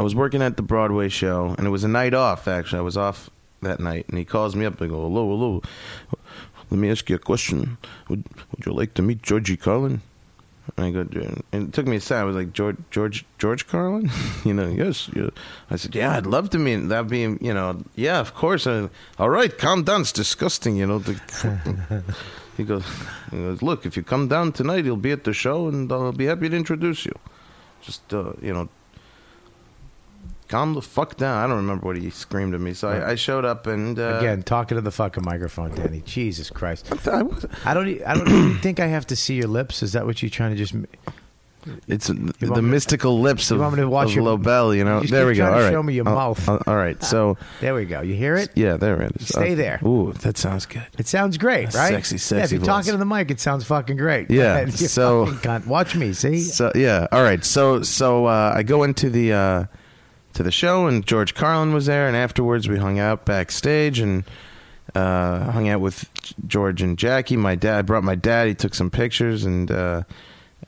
Speaker 4: I was working at the Broadway show, and it was a night off. Actually, I was off that night, and he calls me up and go, "Hello, hello. Let me ask you a question. Would Would you like to meet Georgie Carlin?" And I go, "Yeah." and it took me a second. I was like, "George, George, George Carlin?" [LAUGHS] you know, yes. Yeah. I said, "Yeah, I'd love to meet. him. That'd be, you know, yeah, of course." I, All right, calm down. It's disgusting, you know. The, [LAUGHS] he goes, he goes, look, if you come down tonight, he'll be at the show, and I'll be happy to introduce you. just uh, you know, calm the fuck down. I don't remember what he screamed at me. So I, I showed up and uh,
Speaker 2: Again, talking to the fucking microphone, Danny. Jesus Christ.
Speaker 4: I was-
Speaker 2: I don't. e- I don't you [COUGHS] think I have to see your lips. Is that what you're trying to just? m-
Speaker 4: It's
Speaker 2: me
Speaker 4: the
Speaker 2: to-
Speaker 4: mystical lips
Speaker 2: you
Speaker 4: of,
Speaker 2: want me to watch
Speaker 4: of
Speaker 2: your-
Speaker 4: Lobel, you know.
Speaker 2: You just
Speaker 4: there
Speaker 2: keep
Speaker 4: we go.
Speaker 2: trying to
Speaker 4: All right.
Speaker 2: show me your
Speaker 4: I'll-
Speaker 2: mouth.
Speaker 4: I'll- all right. So
Speaker 2: There we go. You hear it?
Speaker 4: yeah, there it is. Uh,
Speaker 2: Stay there.
Speaker 4: Ooh, that sounds good.
Speaker 2: It sounds great, right?
Speaker 4: Sexy,
Speaker 2: Yeah, if
Speaker 4: sexy
Speaker 2: you're
Speaker 4: voice.
Speaker 2: talking to the mic, it sounds fucking great.
Speaker 4: Yeah,
Speaker 2: [LAUGHS] You
Speaker 4: so-
Speaker 2: fucking cunt. watch me. See,
Speaker 4: So yeah, all right. So so uh, I go into the uh, to the show, and George Carlin was there, and afterwards we hung out backstage and uh, hung out with George and Jackie. My dad I brought my dad. He took some pictures, and uh,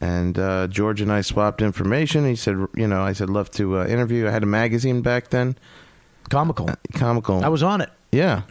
Speaker 4: and uh, George and I swapped information. He said, you know, I said love to uh, interview. I had a magazine back then,
Speaker 2: comical.
Speaker 4: comical.
Speaker 2: I was on it.
Speaker 4: Yeah.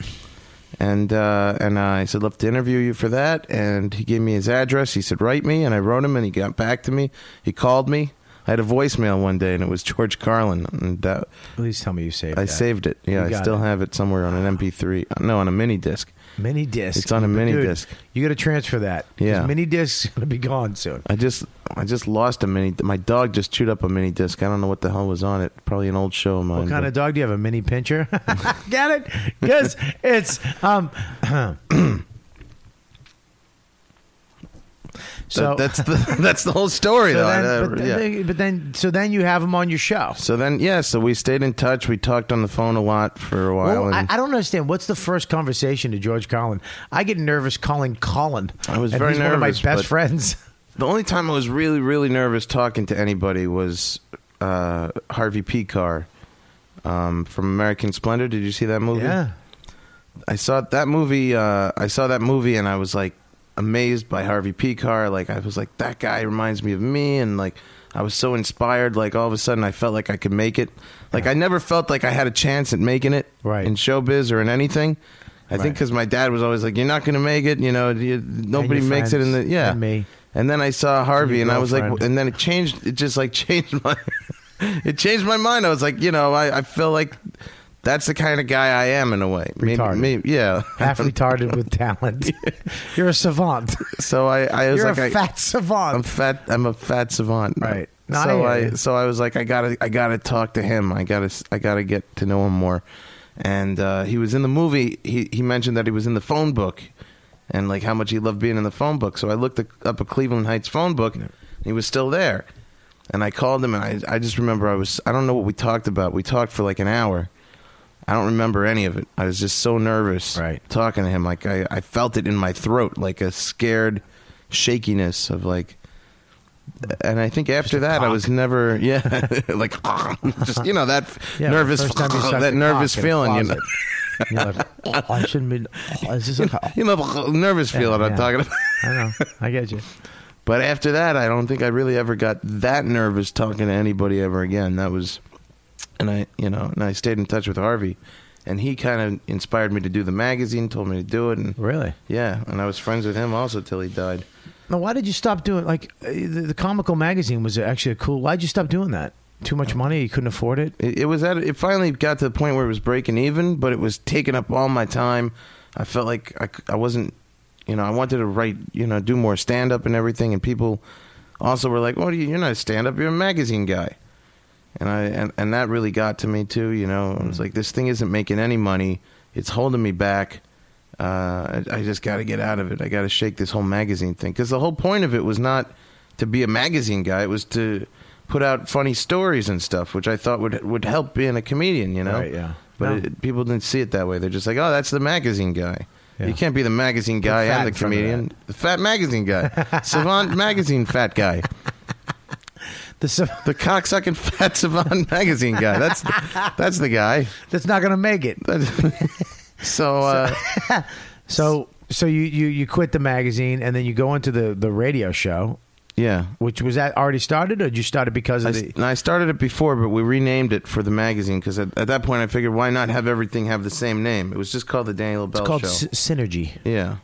Speaker 4: And uh, and I said, love to interview you for that. And he gave me his address. He said, write me. And I wrote him, and he got back to me. He called me. I had a voicemail one day, and it was George Carlin. And that,
Speaker 2: Please tell me you saved.
Speaker 4: I
Speaker 2: that.
Speaker 4: saved it. Yeah,
Speaker 2: You
Speaker 4: I
Speaker 2: got
Speaker 4: still
Speaker 2: it.
Speaker 4: have it somewhere on an MP3. No, on a mini disc.
Speaker 2: mini disc.
Speaker 4: It's on a mini
Speaker 2: Dude,
Speaker 4: disc.
Speaker 2: You got to transfer that. 'cause
Speaker 4: Yeah.
Speaker 2: mini disc's gonna be gone soon.
Speaker 4: I just I just lost a mini. My dog just chewed up a mini disc. I don't know what the hell was on it. Probably an old show of mine.
Speaker 2: What kind
Speaker 4: but-
Speaker 2: of dog do you have? A mini pincher? [LAUGHS] got
Speaker 4: [LAUGHS]
Speaker 2: it? Because it's um. so
Speaker 4: That-
Speaker 2: [LAUGHS]
Speaker 4: that's the that's the whole story
Speaker 2: so
Speaker 4: though.
Speaker 2: then,
Speaker 4: I- uh,
Speaker 2: but,
Speaker 4: yeah.
Speaker 2: then, but then, so then you have him on your show.
Speaker 4: so then yeah, so we stayed in touch. We talked on the phone a lot for a while.
Speaker 2: Well, I,
Speaker 4: and-
Speaker 2: I don't understand. What's the first conversation to George Collin? I get nervous calling Colin.
Speaker 4: I was
Speaker 2: and
Speaker 4: very
Speaker 2: he's One of my
Speaker 4: nervous,
Speaker 2: best
Speaker 4: but- [LAUGHS]
Speaker 2: friends.
Speaker 4: The only time I was really, really nervous talking to anybody was uh, Harvey Picar um, from American Splendor. Did you see that movie?
Speaker 2: Yeah,
Speaker 4: I saw that movie. Uh, I saw that movie, and I was like amazed by Harvey Picar. Like I was like, that guy reminds me of me, and like I was so inspired. Like all of a sudden, I felt like I could make it. Like I never felt like I had a chance at making it
Speaker 2: Right.
Speaker 4: in showbiz or in anything. I think
Speaker 2: Right.
Speaker 4: because my dad was always like, "You're not going to make it," you know. You, nobody
Speaker 2: your
Speaker 4: makes it in the
Speaker 2: friends,
Speaker 4: yeah.
Speaker 2: and me.
Speaker 4: And then I saw Harvey,
Speaker 2: your
Speaker 4: and I was like,
Speaker 2: girlfriend.
Speaker 4: and then it changed. It just like [LAUGHS] changed my, it changed my mind. I was like, you know, I, I feel like that's the kind of guy I am in a way. Maybe-
Speaker 2: Retarded.
Speaker 4: maybe- yeah. [LAUGHS]
Speaker 2: half retarded with talent. You're a savant.
Speaker 4: so I, I was
Speaker 2: You're
Speaker 4: like,
Speaker 2: a
Speaker 4: I-
Speaker 2: fat savant.
Speaker 4: I'm fat. I'm a fat savant.
Speaker 2: Right. No,
Speaker 4: So
Speaker 2: I
Speaker 4: I,
Speaker 2: hear you.
Speaker 4: so I was like, I gotta, I gotta talk to him. I gotta, s- I gotta get to know him more. And uh, he was in the movie. He he mentioned that he was in the phone book, and like how much he loved being in the phone book. So I looked up a Cleveland Heights phone book. and He was still there, and I called him. And I I just remember I was I don't know what we talked about. We talked for like an hour. I don't remember any of it. I was just so nervous
Speaker 2: Right.
Speaker 4: talking to him. Like I, I felt it in my throat, like a scared shakiness of like and I think after that I was never [LAUGHS] yeah like [LAUGHS] just you know that
Speaker 2: Yeah,
Speaker 4: nervous
Speaker 2: first time you sucked
Speaker 4: [LAUGHS] that
Speaker 2: a
Speaker 4: nervous
Speaker 2: cock in a
Speaker 4: feeling you know [LAUGHS]
Speaker 2: closet. You're like, "Oh, I shouldn't be. oh, is this okay?
Speaker 4: you know nervous feeling I'm
Speaker 2: yeah.
Speaker 4: talking about. [LAUGHS]
Speaker 2: I know. I get you.
Speaker 4: But after that, I don't think I really ever got that nervous talking to anybody ever again. That was, and I, you know, and I stayed in touch with Harvey, and he kind of inspired me to do the magazine, told me to do it, and
Speaker 2: Really?
Speaker 4: yeah, and I was friends with him also till he died.
Speaker 2: Now, why did you stop doing like uh, the, the comical magazine was actually a cool? Why'd you stop doing that? Too much money? You couldn't afford it? [LAUGHS]
Speaker 4: It, it was at it finally got to the point where it was breaking even, but it was taking up all my time. I felt like I, c- I wasn't, you know, I wanted to write, you know, do more stand up and everything, and people also were like, "What are you? You're not a stand up. You're a magazine guy." and I and, and that really got to me too. You know, I
Speaker 2: Mm.
Speaker 4: was like, this thing isn't making any money. It's holding me back. Uh, I, I just got to get out of it. I got to shake this whole magazine thing because the whole point of it was not to be a magazine guy. It was to put out funny stories and stuff, which I thought would would help being a comedian. You know,
Speaker 2: Right, yeah.
Speaker 4: But
Speaker 2: No.
Speaker 4: it, people didn't see it that way. They're just like, oh, that's the magazine guy.
Speaker 2: Yeah.
Speaker 4: You can't be the magazine guy
Speaker 2: fat
Speaker 4: and the
Speaker 2: in front of
Speaker 4: comedian. The fat magazine
Speaker 2: [LAUGHS]
Speaker 4: guy, savant magazine fat guy.
Speaker 2: The, s-
Speaker 4: The cocksucking [LAUGHS] fat savant magazine guy. That's the, that's the guy.
Speaker 2: that's not going to make it.
Speaker 4: [LAUGHS] So uh,
Speaker 2: So, so you, you you quit the magazine and then you go into the the radio show,
Speaker 4: yeah,
Speaker 2: which was that already started, or did you start it because
Speaker 4: I,
Speaker 2: of
Speaker 4: s-
Speaker 2: the?
Speaker 4: and I started it before, but we renamed it for the magazine because at, at that point I figured why not have everything have the same name? It was just called the Daniel Bell
Speaker 2: It's called
Speaker 4: Show.
Speaker 2: S- synergy.
Speaker 4: yeah,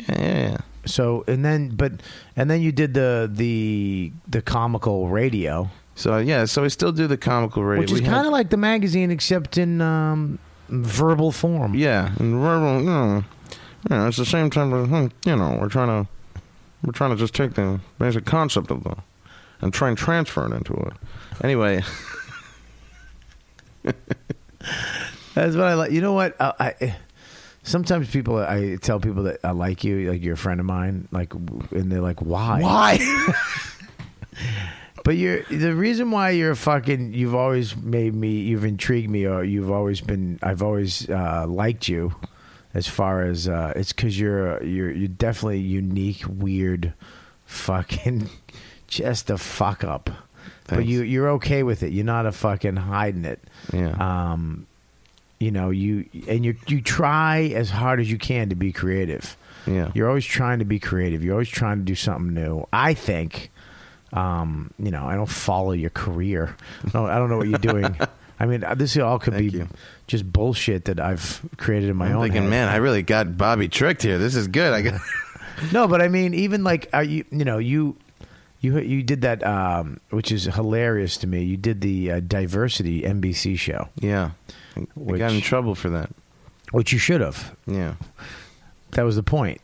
Speaker 4: yeah, yeah. yeah.
Speaker 2: So and then but and then you did the the the comical radio,
Speaker 4: So yeah, so I still do the comical radio,
Speaker 2: which is
Speaker 4: We had-
Speaker 2: kind of like the magazine except in um, verbal form.
Speaker 4: yeah, and we're, we're, you know, you know, it's the same time, but hmm, you know, we're trying to we're trying to just take the basic concept of the and try and transfer it into it. Anyway, [LAUGHS]
Speaker 2: That's what I like. You know what? I, I sometimes people I tell people that I like you, like you're a friend of mine, like, and they're like, why?
Speaker 4: why?
Speaker 2: [LAUGHS]
Speaker 4: [LAUGHS]
Speaker 2: But you're the reason why you're fucking. You've always made me. You've intrigued me, or you've always been. I've always uh, liked you. As far as uh, it's because you're you're you're definitely unique, weird, fucking, [LAUGHS] just a fuck up. But
Speaker 4: Thanks.
Speaker 2: you you're okay with it. You're not a fucking hiding it.
Speaker 4: Yeah.
Speaker 2: Um, you know you and you you try as hard as you can to be creative.
Speaker 4: Yeah.
Speaker 2: You're always trying to be creative. You're always trying to do something new. I think um, you know, I don't follow your career. No, I don't know what you're
Speaker 4: [LAUGHS]
Speaker 2: doing. I mean, uh, this all could
Speaker 4: Thank
Speaker 2: be
Speaker 4: you.
Speaker 2: just bullshit that I've created in my
Speaker 4: I'm
Speaker 2: own.
Speaker 4: thinking,
Speaker 2: head.
Speaker 4: man, I really got Bobby tricked here. This is good. I got.
Speaker 2: No, but I mean, even like are you, you know, you, you, you did that, um, which is hilarious to me. You did the uh, diversity NBC show,
Speaker 4: [LAUGHS] Yeah. I
Speaker 2: Which-
Speaker 4: got in trouble for that.
Speaker 2: which you should have.
Speaker 4: Yeah.
Speaker 2: That was the point.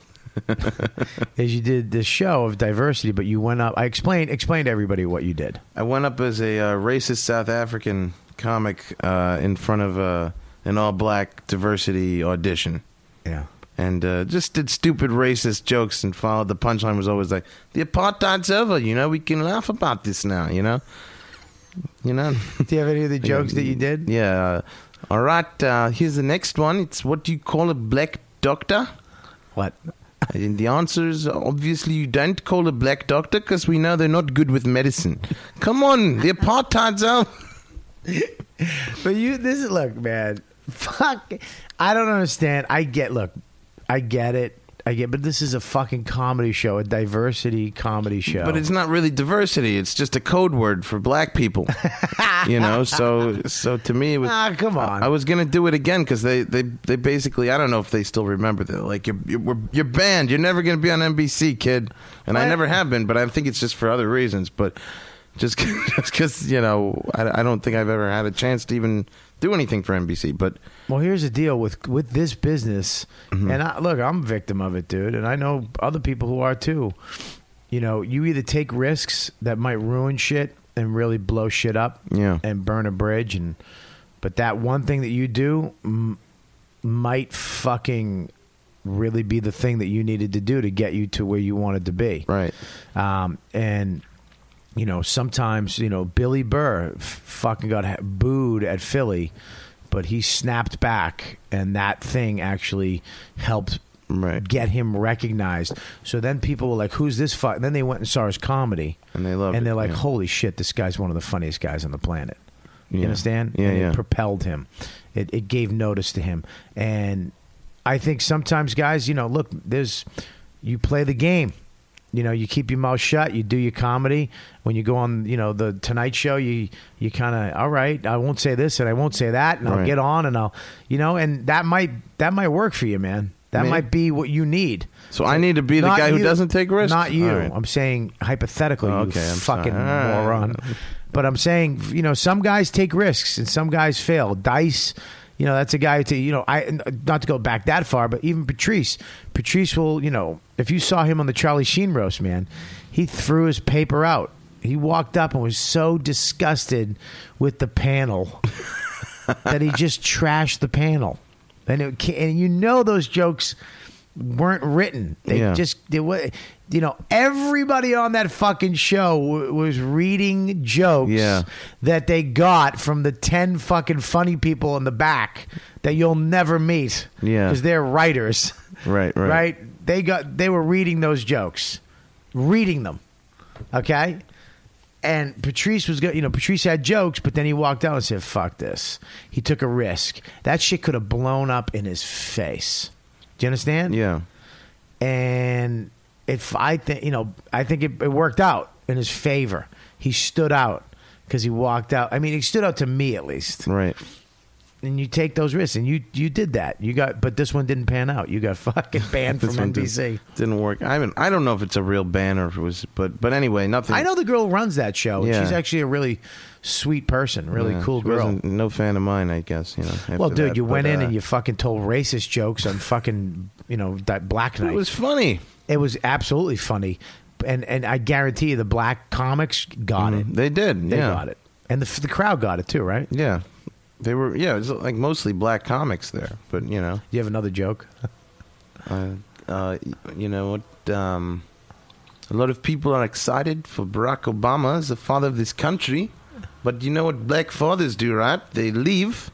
Speaker 2: is you did this show of diversity, but you went up. I explained explained to everybody what you did.
Speaker 4: I went up as a uh, racist South African comic uh, in front of uh, an all black diversity audition.
Speaker 2: Yeah.
Speaker 4: And uh, just did stupid racist jokes and followed the punchline was always like, the apartheid's over, you know, we can laugh about this now, you know? You know? [LAUGHS]
Speaker 2: Do you have any of the jokes that you did?
Speaker 4: Yeah. All right, uh, here's the next one. It's what do you call a black doctor? Uh,
Speaker 2: What?
Speaker 4: And the answer is obviously you don't call a black doctor because we know they're not good with medicine. Come on, the apartheid's out.
Speaker 2: But you, this is look, man. Fuck, I don't understand. I get look, I get it, I get. But this is a fucking comedy show, a diversity comedy show.
Speaker 4: But it's not really diversity. It's just a code word for
Speaker 2: [LAUGHS]
Speaker 4: black people. you know, so so to me, it was,
Speaker 2: Ah, come on.
Speaker 4: I, I was gonna do it again because they, they they basically I don't know if they still remember that. Like you're you're, we're- you're banned. You're never gonna be on NBC, kid. And I
Speaker 2: What?
Speaker 4: never have been. But I think it's just for other reasons. But just [LAUGHS] because you know, I, I don't think I've ever had a chance to even do anything for NBC. But
Speaker 2: well, here's the deal with with this business,
Speaker 4: Mm-hmm.
Speaker 2: and I, look, I'm a victim of it, dude, and I know other people who are too. You know, you either take risks that might ruin shit and really blow shit up,
Speaker 4: Yeah.
Speaker 2: and burn a bridge, and but that one thing that you do m- might fucking really be the thing that you needed to do to get you to where you wanted to be,
Speaker 4: right,
Speaker 2: um, and you know sometimes you know Billy Burr f- fucking got ha- booed at Philly, but he snapped back, and that thing actually helped
Speaker 4: Right.
Speaker 2: get him recognized. So then people were like, "Who's this?" Fuck? Then they went and saw his comedy,
Speaker 4: And they loved
Speaker 2: and
Speaker 4: it,
Speaker 2: they're like,
Speaker 4: yeah.
Speaker 2: "Holy shit, this guy's one of the funniest guys on the planet." You
Speaker 4: Yeah.
Speaker 2: understand?
Speaker 4: Yeah,
Speaker 2: and
Speaker 4: yeah.
Speaker 2: It propelled him. It, it gave notice to him, and I think sometimes guys, you know, look, there's you play the game. You know, you keep your mouth shut. You do your comedy. When you go on, you know, the Tonight Show, you you kind of all right. I won't say this and I won't say that, and
Speaker 4: Right.
Speaker 2: I'll get on and I'll, you know, and that might that might work for you, man. That
Speaker 4: Maybe.
Speaker 2: might be what you need.
Speaker 4: So I need to be the
Speaker 2: Not
Speaker 4: guy who
Speaker 2: you.
Speaker 4: doesn't take risks?
Speaker 2: Not you.
Speaker 4: All right.
Speaker 2: I'm saying hypothetically,
Speaker 4: Oh,
Speaker 2: you
Speaker 4: okay, I'm
Speaker 2: fucking
Speaker 4: sorry. All right.
Speaker 2: moron. But I'm saying, you know, some guys take risks and some guys fail. Dice, you know, that's a guy to, you know, I not to go back that far, but even Patrice, Patrice will, you know, if you saw him on the Charlie Sheen roast, man, he threw his paper out. He walked up and was so disgusted with the panel that he just trashed the panel, and it, ca- and you know those jokes weren't written. They
Speaker 4: Yeah.
Speaker 2: just they were, you know, everybody on that fucking show w- was reading jokes
Speaker 4: Yeah.
Speaker 2: that they got from the ten fucking funny people in the back that you'll never meet.
Speaker 4: Yeah.
Speaker 2: because they're writers.
Speaker 4: Right, right.
Speaker 2: right. They got they were reading those jokes, reading them. Okay. And Patrice was good. You know, Patrice had jokes, but then he walked out and said, fuck this. He took a risk. That shit could have blown up in his face. Do you understand?
Speaker 4: yeah.
Speaker 2: And if I think, you know, I think it, it worked out in his favor. He stood out because he walked out. I mean, he stood out to me at least.
Speaker 4: Right.
Speaker 2: And you take those risks, and you you did that. You got, but this one didn't pan out. You got [LAUGHS] fucking banned from
Speaker 4: [LAUGHS] This one didn't-
Speaker 2: NBC.
Speaker 4: Didn't work. I haven't. I don't know if it's a real ban or if it was, but but anyway, nothing.
Speaker 2: I know the girl who runs that show. and
Speaker 4: Yeah.
Speaker 2: She's actually a really sweet person, really
Speaker 4: Yeah,
Speaker 2: cool
Speaker 4: she
Speaker 2: girl.
Speaker 4: Wasn't no fan of mine, I guess. You know. after
Speaker 2: well, dude,
Speaker 4: that,
Speaker 2: you
Speaker 4: but,
Speaker 2: went in
Speaker 4: uh,
Speaker 2: and you fucking told racist jokes on fucking you know that black
Speaker 4: It
Speaker 2: night.
Speaker 4: was funny.
Speaker 2: It was absolutely funny. But and and I guarantee you the black comics got it.
Speaker 4: Mm, They did.
Speaker 2: They
Speaker 4: Mm-hmm. yeah.
Speaker 2: got it, and the the crowd got it too, right?
Speaker 4: Yeah. They were, yeah, it was like mostly black comics there, but you know,
Speaker 2: You have another
Speaker 4: [LAUGHS]
Speaker 2: joke?
Speaker 4: uh, uh, you know what? Um, a lot of people are excited for Barack Obama as the father of this country, but you know what black fathers do, right? They leave.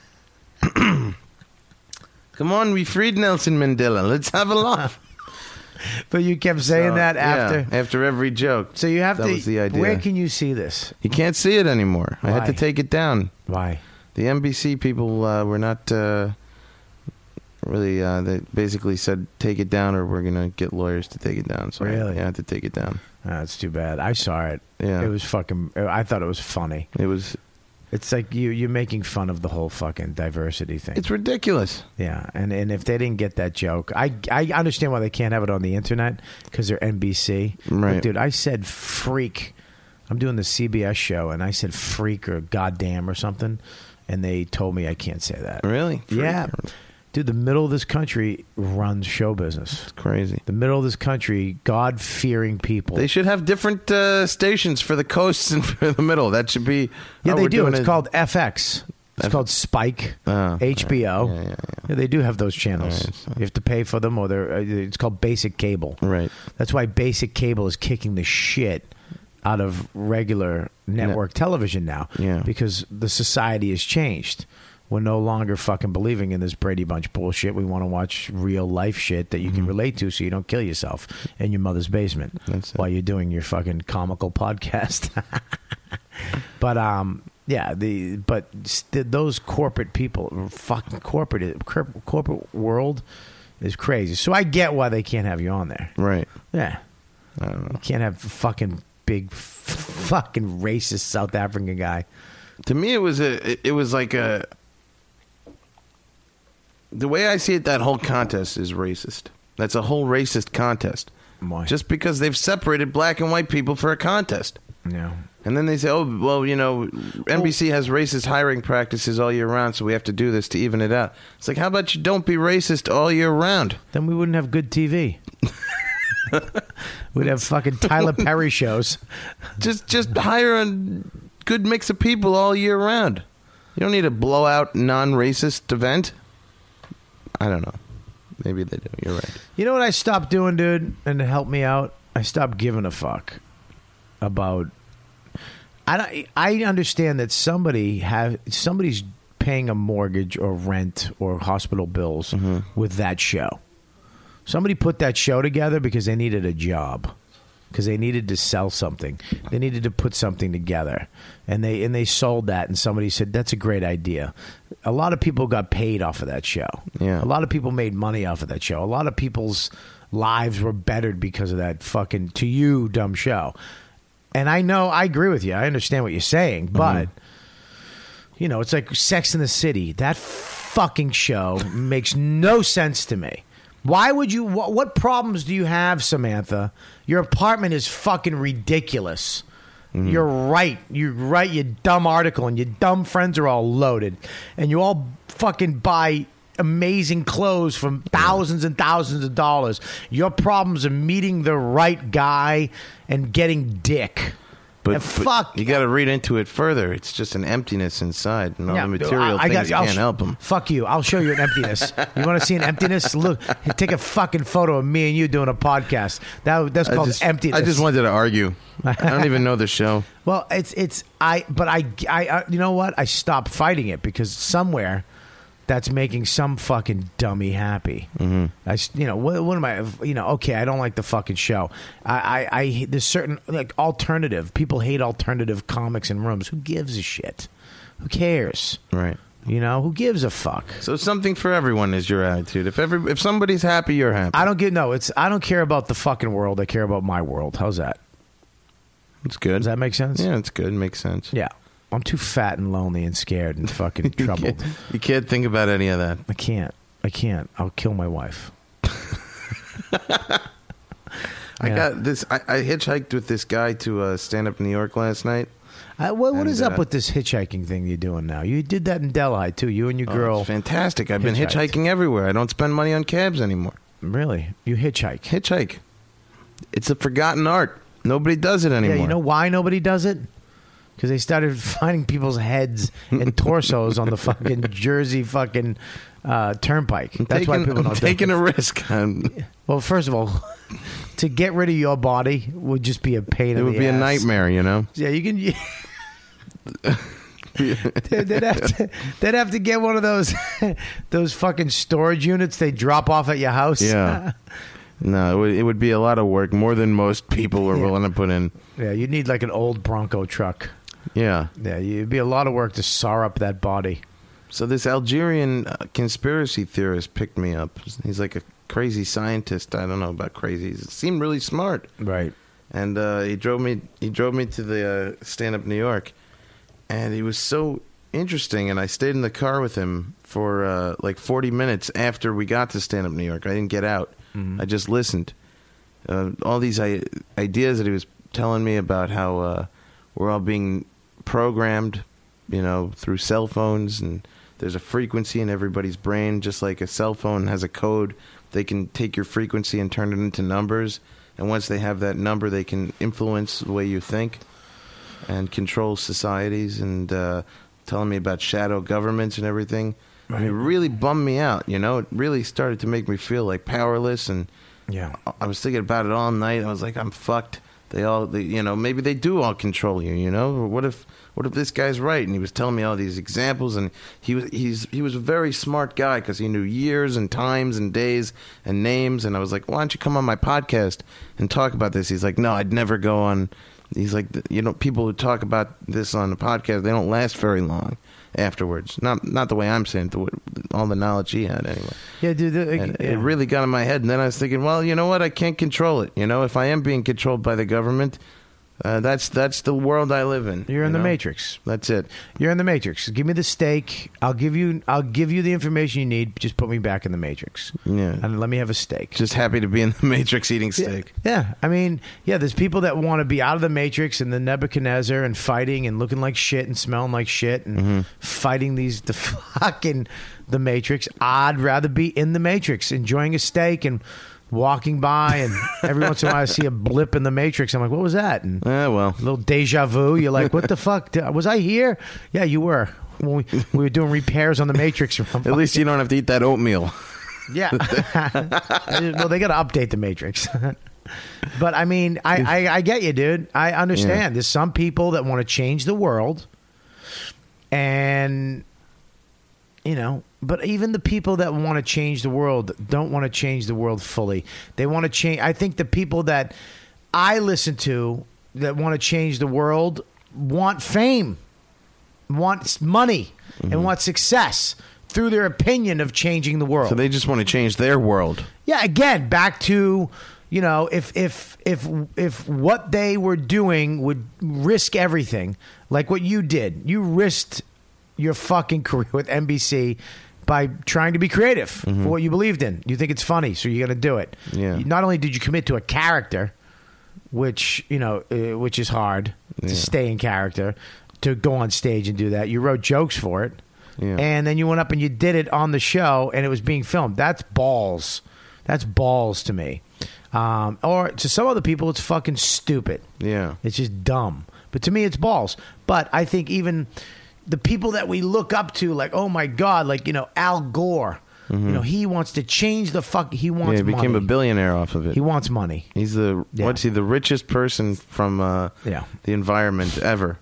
Speaker 4: [COUGHS] Come on, we freed Nelson Mandela. Let's have a laugh.
Speaker 2: But you kept [LAUGHS] saying
Speaker 4: So,
Speaker 2: that
Speaker 4: yeah,
Speaker 2: after.
Speaker 4: after every joke.
Speaker 2: So you have
Speaker 4: that
Speaker 2: to.
Speaker 4: was the idea.
Speaker 2: Where can you see this?
Speaker 4: you can't see it anymore. I had to
Speaker 2: Why?
Speaker 4: take it down.
Speaker 2: Why?
Speaker 4: The NBC people uh, were not uh, really. Uh, they basically said, "Take it down, or we're gonna get lawyers to take it down." So I-
Speaker 2: Really?
Speaker 4: I, had to take it down.
Speaker 2: That's Ah, too bad. I saw it.
Speaker 4: Yeah.
Speaker 2: It was fucking. I thought it was funny.
Speaker 4: It was.
Speaker 2: It's like you you're making fun of the whole fucking diversity thing.
Speaker 4: It's ridiculous.
Speaker 2: yeah, and and if they didn't get that joke, I I understand why they can't have it on the internet because they're NBC. But
Speaker 4: Right.
Speaker 2: dude, I said freak. I'm doing the CBS show, and I said freak or goddamn or something, and they told me I can't say that.
Speaker 4: Really?
Speaker 2: Yeah.
Speaker 4: Freak.
Speaker 2: Dude, the middle of this country runs show business.
Speaker 4: It's crazy.
Speaker 2: The middle of this country, God fearing people.
Speaker 4: They should have different uh, stations for the coasts [LAUGHS] and for the middle. That should be.
Speaker 2: Yeah,
Speaker 4: oh,
Speaker 2: they
Speaker 4: we're
Speaker 2: do.
Speaker 4: doing
Speaker 2: It's
Speaker 4: it-
Speaker 2: called FX. It's
Speaker 4: F-
Speaker 2: called Spike,
Speaker 4: Oh,
Speaker 2: HBO.
Speaker 4: yeah, yeah, yeah.
Speaker 2: they do have those channels.
Speaker 4: Alright, so-
Speaker 2: You have to pay for them, or they're, uh, it's called basic cable.
Speaker 4: Right.
Speaker 2: That's why basic cable is kicking the shit out of regular network television now.
Speaker 4: Yeah.
Speaker 2: Because the society has changed. We're no longer fucking believing in this Brady Bunch bullshit. We want to watch real life shit that you
Speaker 4: Mm-hmm.
Speaker 2: can relate to, so you don't kill yourself in your mother's basement
Speaker 4: That's it.
Speaker 2: while you're doing your fucking comical [LAUGHS] podcast. But um, yeah, the but st- those corporate people, fucking corporate cor- corporate world is crazy. So I get why they can't have you on there.
Speaker 4: Right.
Speaker 2: Yeah,
Speaker 4: I don't know.
Speaker 2: you can't have fucking big, [LAUGHS] f- fucking racist South African guy.
Speaker 4: to me it was a it, it was like a the way i see it that whole contest is racist that's a whole racist contest
Speaker 2: Why?
Speaker 4: just because they've separated black and white people for a contest
Speaker 2: No,
Speaker 4: and then they say oh well you know nbc has racist hiring practices all year round so we have to do this to even it out it's like how about you don't be racist all year round
Speaker 2: then we wouldn't have good
Speaker 4: [LAUGHS]
Speaker 2: TV. We'd have fucking Tyler Perry shows. [LAUGHS]
Speaker 4: just just hire a good mix of people all year round you don't need a blowout non-racist event i don't know maybe they do you're right
Speaker 2: You know what I stopped doing, dude, and it helped me out? I stopped giving a fuck about I don't I understand that somebody have somebody's paying a mortgage or rent or hospital bills with that show. Somebody put that show together because they needed a job. Because they needed to sell something, they needed to put something together, and they and they sold that. And somebody said, "That's a great idea." A lot of people got paid off of that show.
Speaker 4: Yeah.
Speaker 2: a lot of people made money off of that show. A lot of people's lives were bettered because of that fucking to you dumb show. And I know I agree with you. I understand what you're saying, but you know, it's like Sex in the City. That fucking show [LAUGHS] makes no sense to me. Why would you? What, what problems do you have, Samantha? Your apartment is fucking ridiculous.
Speaker 4: Mm-hmm.
Speaker 2: You're right. You write your dumb article, and your dumb friends are all loaded, and you all fucking buy amazing clothes from thousands and thousands of dollars. Your problems are meeting the right guy and getting dick.
Speaker 4: but,
Speaker 2: And
Speaker 4: but
Speaker 2: fuck
Speaker 4: you got to read into it further it's just an emptiness inside and all the material
Speaker 2: I- I
Speaker 4: things
Speaker 2: got- I'll
Speaker 4: can't
Speaker 2: sh-
Speaker 4: help them
Speaker 2: Fuck you. I'll show you an emptiness. you want to see an emptiness? Look, take a fucking photo of me and you doing a podcast. That that's
Speaker 4: I
Speaker 2: called
Speaker 4: just,
Speaker 2: emptiness.
Speaker 4: I just wanted to argue i don't even know
Speaker 2: [LAUGHS]
Speaker 4: the show
Speaker 2: Well, it's it's I but I, I I you know what? I stopped fighting it because somewhere that's making some fucking dummy happy. Mm-hmm. I s- you know what, what am I you know okay I don't like the fucking show. I, I I there's certain like alternative people hate alternative comics and rooms. Who gives a shit? Who cares?
Speaker 4: right
Speaker 2: You know who gives a fuck?
Speaker 4: so something for everyone is your attitude if every if somebody's happy you're happy
Speaker 2: I don't get no. It's I don't care about the fucking world. I care about my world. How's that?
Speaker 4: it's good
Speaker 2: Does that make sense?
Speaker 4: yeah it's good makes sense
Speaker 2: Yeah. I'm too fat and lonely and scared and
Speaker 4: [LAUGHS]
Speaker 2: fucking troubled.
Speaker 4: you can't think about any of that
Speaker 2: I can't. I can't. I'll kill my wife.
Speaker 4: I
Speaker 2: Yeah.
Speaker 4: got this. I, I hitchhiked with this guy to uh, stand up in New York last night.
Speaker 2: I, what, what
Speaker 4: And,
Speaker 2: is
Speaker 4: uh,
Speaker 2: up with this hitchhiking thing you're doing now? You did that in Delhi too. You and your
Speaker 4: Oh,
Speaker 2: girl.
Speaker 4: it's fantastic. I've been
Speaker 2: hitchhiked.
Speaker 4: hitchhiking everywhere. I don't spend money on cabs anymore.
Speaker 2: Really? You hitchhike.
Speaker 4: Hitchhike. It's a forgotten art. Nobody does it anymore.
Speaker 2: Yeah, you know why nobody does it? Because they started [LAUGHS] finding people's heads and torsos on the
Speaker 4: [LAUGHS]
Speaker 2: fucking Jersey fucking uh, turnpike. That's
Speaker 4: taking,
Speaker 2: why people
Speaker 4: I'm
Speaker 2: don't
Speaker 4: taking
Speaker 2: do
Speaker 4: a
Speaker 2: it. [LAUGHS]
Speaker 4: risk. [LAUGHS] on-
Speaker 2: Well, first of all, [LAUGHS] to get rid of your body would just be a pain.
Speaker 4: it
Speaker 2: in
Speaker 4: would
Speaker 2: the
Speaker 4: be a
Speaker 2: ass.
Speaker 4: nightmare, you know.
Speaker 2: Yeah, you [LAUGHS] can. Dude, they'd, have to, they'd have to get one of those [LAUGHS] those fucking storage units they drop off at your [LAUGHS] house.
Speaker 4: Yeah. No, it would, it would be a lot of work, more than most people are
Speaker 2: Yeah.
Speaker 4: willing to put in.
Speaker 2: yeah. You need like an old Bronco truck.
Speaker 4: Yeah.
Speaker 2: Yeah, it'd be a lot of work to sar up that body.
Speaker 4: So this Algerian uh, conspiracy theorist picked me up. He's like a crazy scientist. I don't know about crazy. He seemed really smart.
Speaker 2: Right.
Speaker 4: and uh, he drove me he drove me to the uh, stand up New York, and he was so interesting. And I stayed in the car with him for uh, like forty minutes after we got to stand up New York. I didn't get out. I just listened. Uh, all these I- ideas that he was telling me about how uh, we're all being programmed, you know, through cell phones and. There's a frequency in everybody's brain, just like a cell phone has a code. They can take your frequency and turn it into numbers and once they have that number, they can influence the way you think and control societies and uh, telling me about shadow governments and everything. And it really bummed me out, you know. It really started to make me feel like powerless, and
Speaker 2: Yeah.
Speaker 4: I- I was thinking about it all night. I was like, I'm fucked. They all, they, you know, maybe they do all control you. You know, what if, what if this guy's right? And he was telling me all these examples, and he was, he's, he was a very smart guy because he knew years and times and days and names. And I was like, why don't you come on my podcast and talk about this? He's like, no, I'd never go on. He's like, you know, people who talk about this on the podcast, they don't last very long afterwards. Not, not the way I'm saying it. The, all the knowledge he had, anyway
Speaker 2: Yeah, dude. The,
Speaker 4: and
Speaker 2: yeah.
Speaker 4: it really got in my head. And then I was thinking, well, you know what? I can't control it. You know, if I am being controlled by the government, uh, that's that's the world I live in.
Speaker 2: You're in
Speaker 4: you
Speaker 2: the
Speaker 4: know?
Speaker 2: matrix.
Speaker 4: That's it.
Speaker 2: You're in the matrix. Give me the steak. I'll give you. I'll give you the information you need. Just put me back in the matrix.
Speaker 4: Yeah.
Speaker 2: And let me have a steak.
Speaker 4: Just happy to be in the [LAUGHS] matrix eating steak.
Speaker 2: Yeah, I mean, yeah. There's people that want to be out of the matrix and the Nebuchadnezzar and fighting and looking like shit and smelling like shit and
Speaker 4: Mm-hmm.
Speaker 2: fighting these the [LAUGHS] fucking the matrix. I'd rather be in the matrix, enjoying a steak and walking by,
Speaker 4: [LAUGHS]
Speaker 2: and every once in a while I see a blip in the matrix. I'm like, what was that? And
Speaker 4: Ah, well.
Speaker 2: a little deja vu. You're like, what the fuck? Did- Was I here? Yeah, you were. When we, we were doing repairs on the matrix.
Speaker 4: [LAUGHS] At least you don't have to eat that oatmeal. [LAUGHS]
Speaker 2: Yeah. well, they got to update the Matrix. [LAUGHS] but I mean, I, I, I get you, dude. I understand.
Speaker 4: Yeah.
Speaker 2: There's some people that want to change the world. And, you know, but even the people that want to change the world don't want to change the world fully. They want to change. I think the people that I listen to that want to change the world want fame want money
Speaker 4: Mm-hmm.
Speaker 2: and want success through their opinion of changing the world.
Speaker 4: So they just want to change their world.
Speaker 2: yeah, again, back to you know, if if if if what they were doing would risk everything, like what you did, you risked your fucking career with NBC by trying to be creative for what you believed in. You think it's funny, so you're going to do it.
Speaker 4: Yeah.
Speaker 2: Not only did you commit to a character, which you know, uh, which is hard to stay in character, to go on stage and do that. You wrote jokes for it,
Speaker 4: Yeah.
Speaker 2: and then you went up and you did it on the show, and it was being filmed. That's balls. That's balls to me. Um, or to some other people, it's fucking stupid.
Speaker 4: Yeah.
Speaker 2: It's just dumb. But to me, it's balls. But I think even the people that we look up to, like, oh my God, like, you know, Al Gore, you know, he wants to change the fuck. He
Speaker 4: Mm-hmm. Yeah,
Speaker 2: wants
Speaker 4: he became
Speaker 2: money.
Speaker 4: a billionaire off of it.
Speaker 2: He wants money.
Speaker 4: He's the
Speaker 2: Yeah.
Speaker 4: what's he the richest person from uh,
Speaker 2: Yeah.
Speaker 4: the environment ever.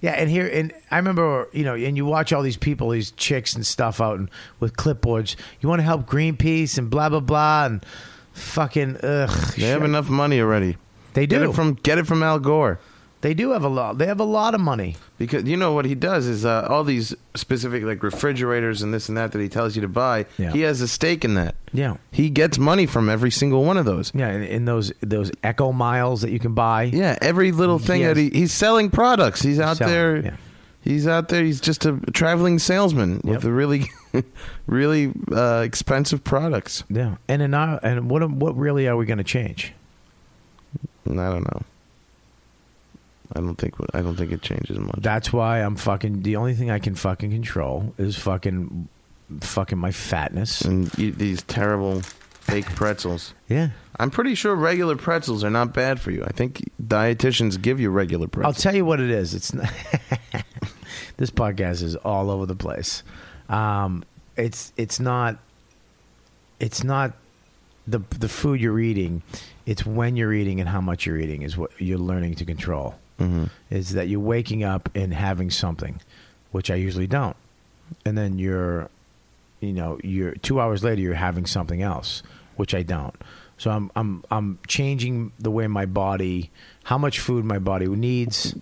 Speaker 2: Yeah, and here and I remember, you know, and you watch all these people, these chicks and stuff out and with clipboards. You want to help Greenpeace and blah blah blah and fucking ugh.
Speaker 4: They have
Speaker 2: shit.
Speaker 4: enough money already.
Speaker 2: They
Speaker 4: Get
Speaker 2: do.
Speaker 4: it from get it from Al Gore.
Speaker 2: They do have a lot. They have a lot of money.
Speaker 4: because you know what he does is uh, all these specific like refrigerators and this and that that he tells you to buy
Speaker 2: Yeah.
Speaker 4: he has a stake in that
Speaker 2: Yeah.
Speaker 4: he gets money from every single one of those
Speaker 2: Yeah, in, in those those Echo miles that you can buy.
Speaker 4: yeah every little thing
Speaker 2: Yes.
Speaker 4: that he, he's selling products he's out
Speaker 2: selling,
Speaker 4: there
Speaker 2: yeah.
Speaker 4: he's out there he's just a traveling salesman
Speaker 2: Yep.
Speaker 4: with a really [LAUGHS] really uh, expensive products
Speaker 2: Yeah, and in our and what what really are we going to change?
Speaker 4: And i don't know i don't think i don't think it changes much
Speaker 2: That's why I'm fucking. The only thing I can fucking control is fucking, fucking my fatness.
Speaker 4: Mm. and eat these terrible Fake pretzels.
Speaker 2: Yeah.
Speaker 4: I'm pretty sure regular pretzels are not bad for you. I think dietitians give you regular
Speaker 2: I'll
Speaker 4: pretzels.
Speaker 2: tell you what it is. It's not, [LAUGHS] this podcast is all over the place. Um, it's it's not it's not the the food you're eating. It's when you're eating and how much you're eating is what you're learning to control. Mm-hmm. Is that you're waking up and having something, which I usually don't, and then you're, you know, you're two hours later you're having something else, which I don't. So I'm I'm I'm changing the way my body, how much food my body needs.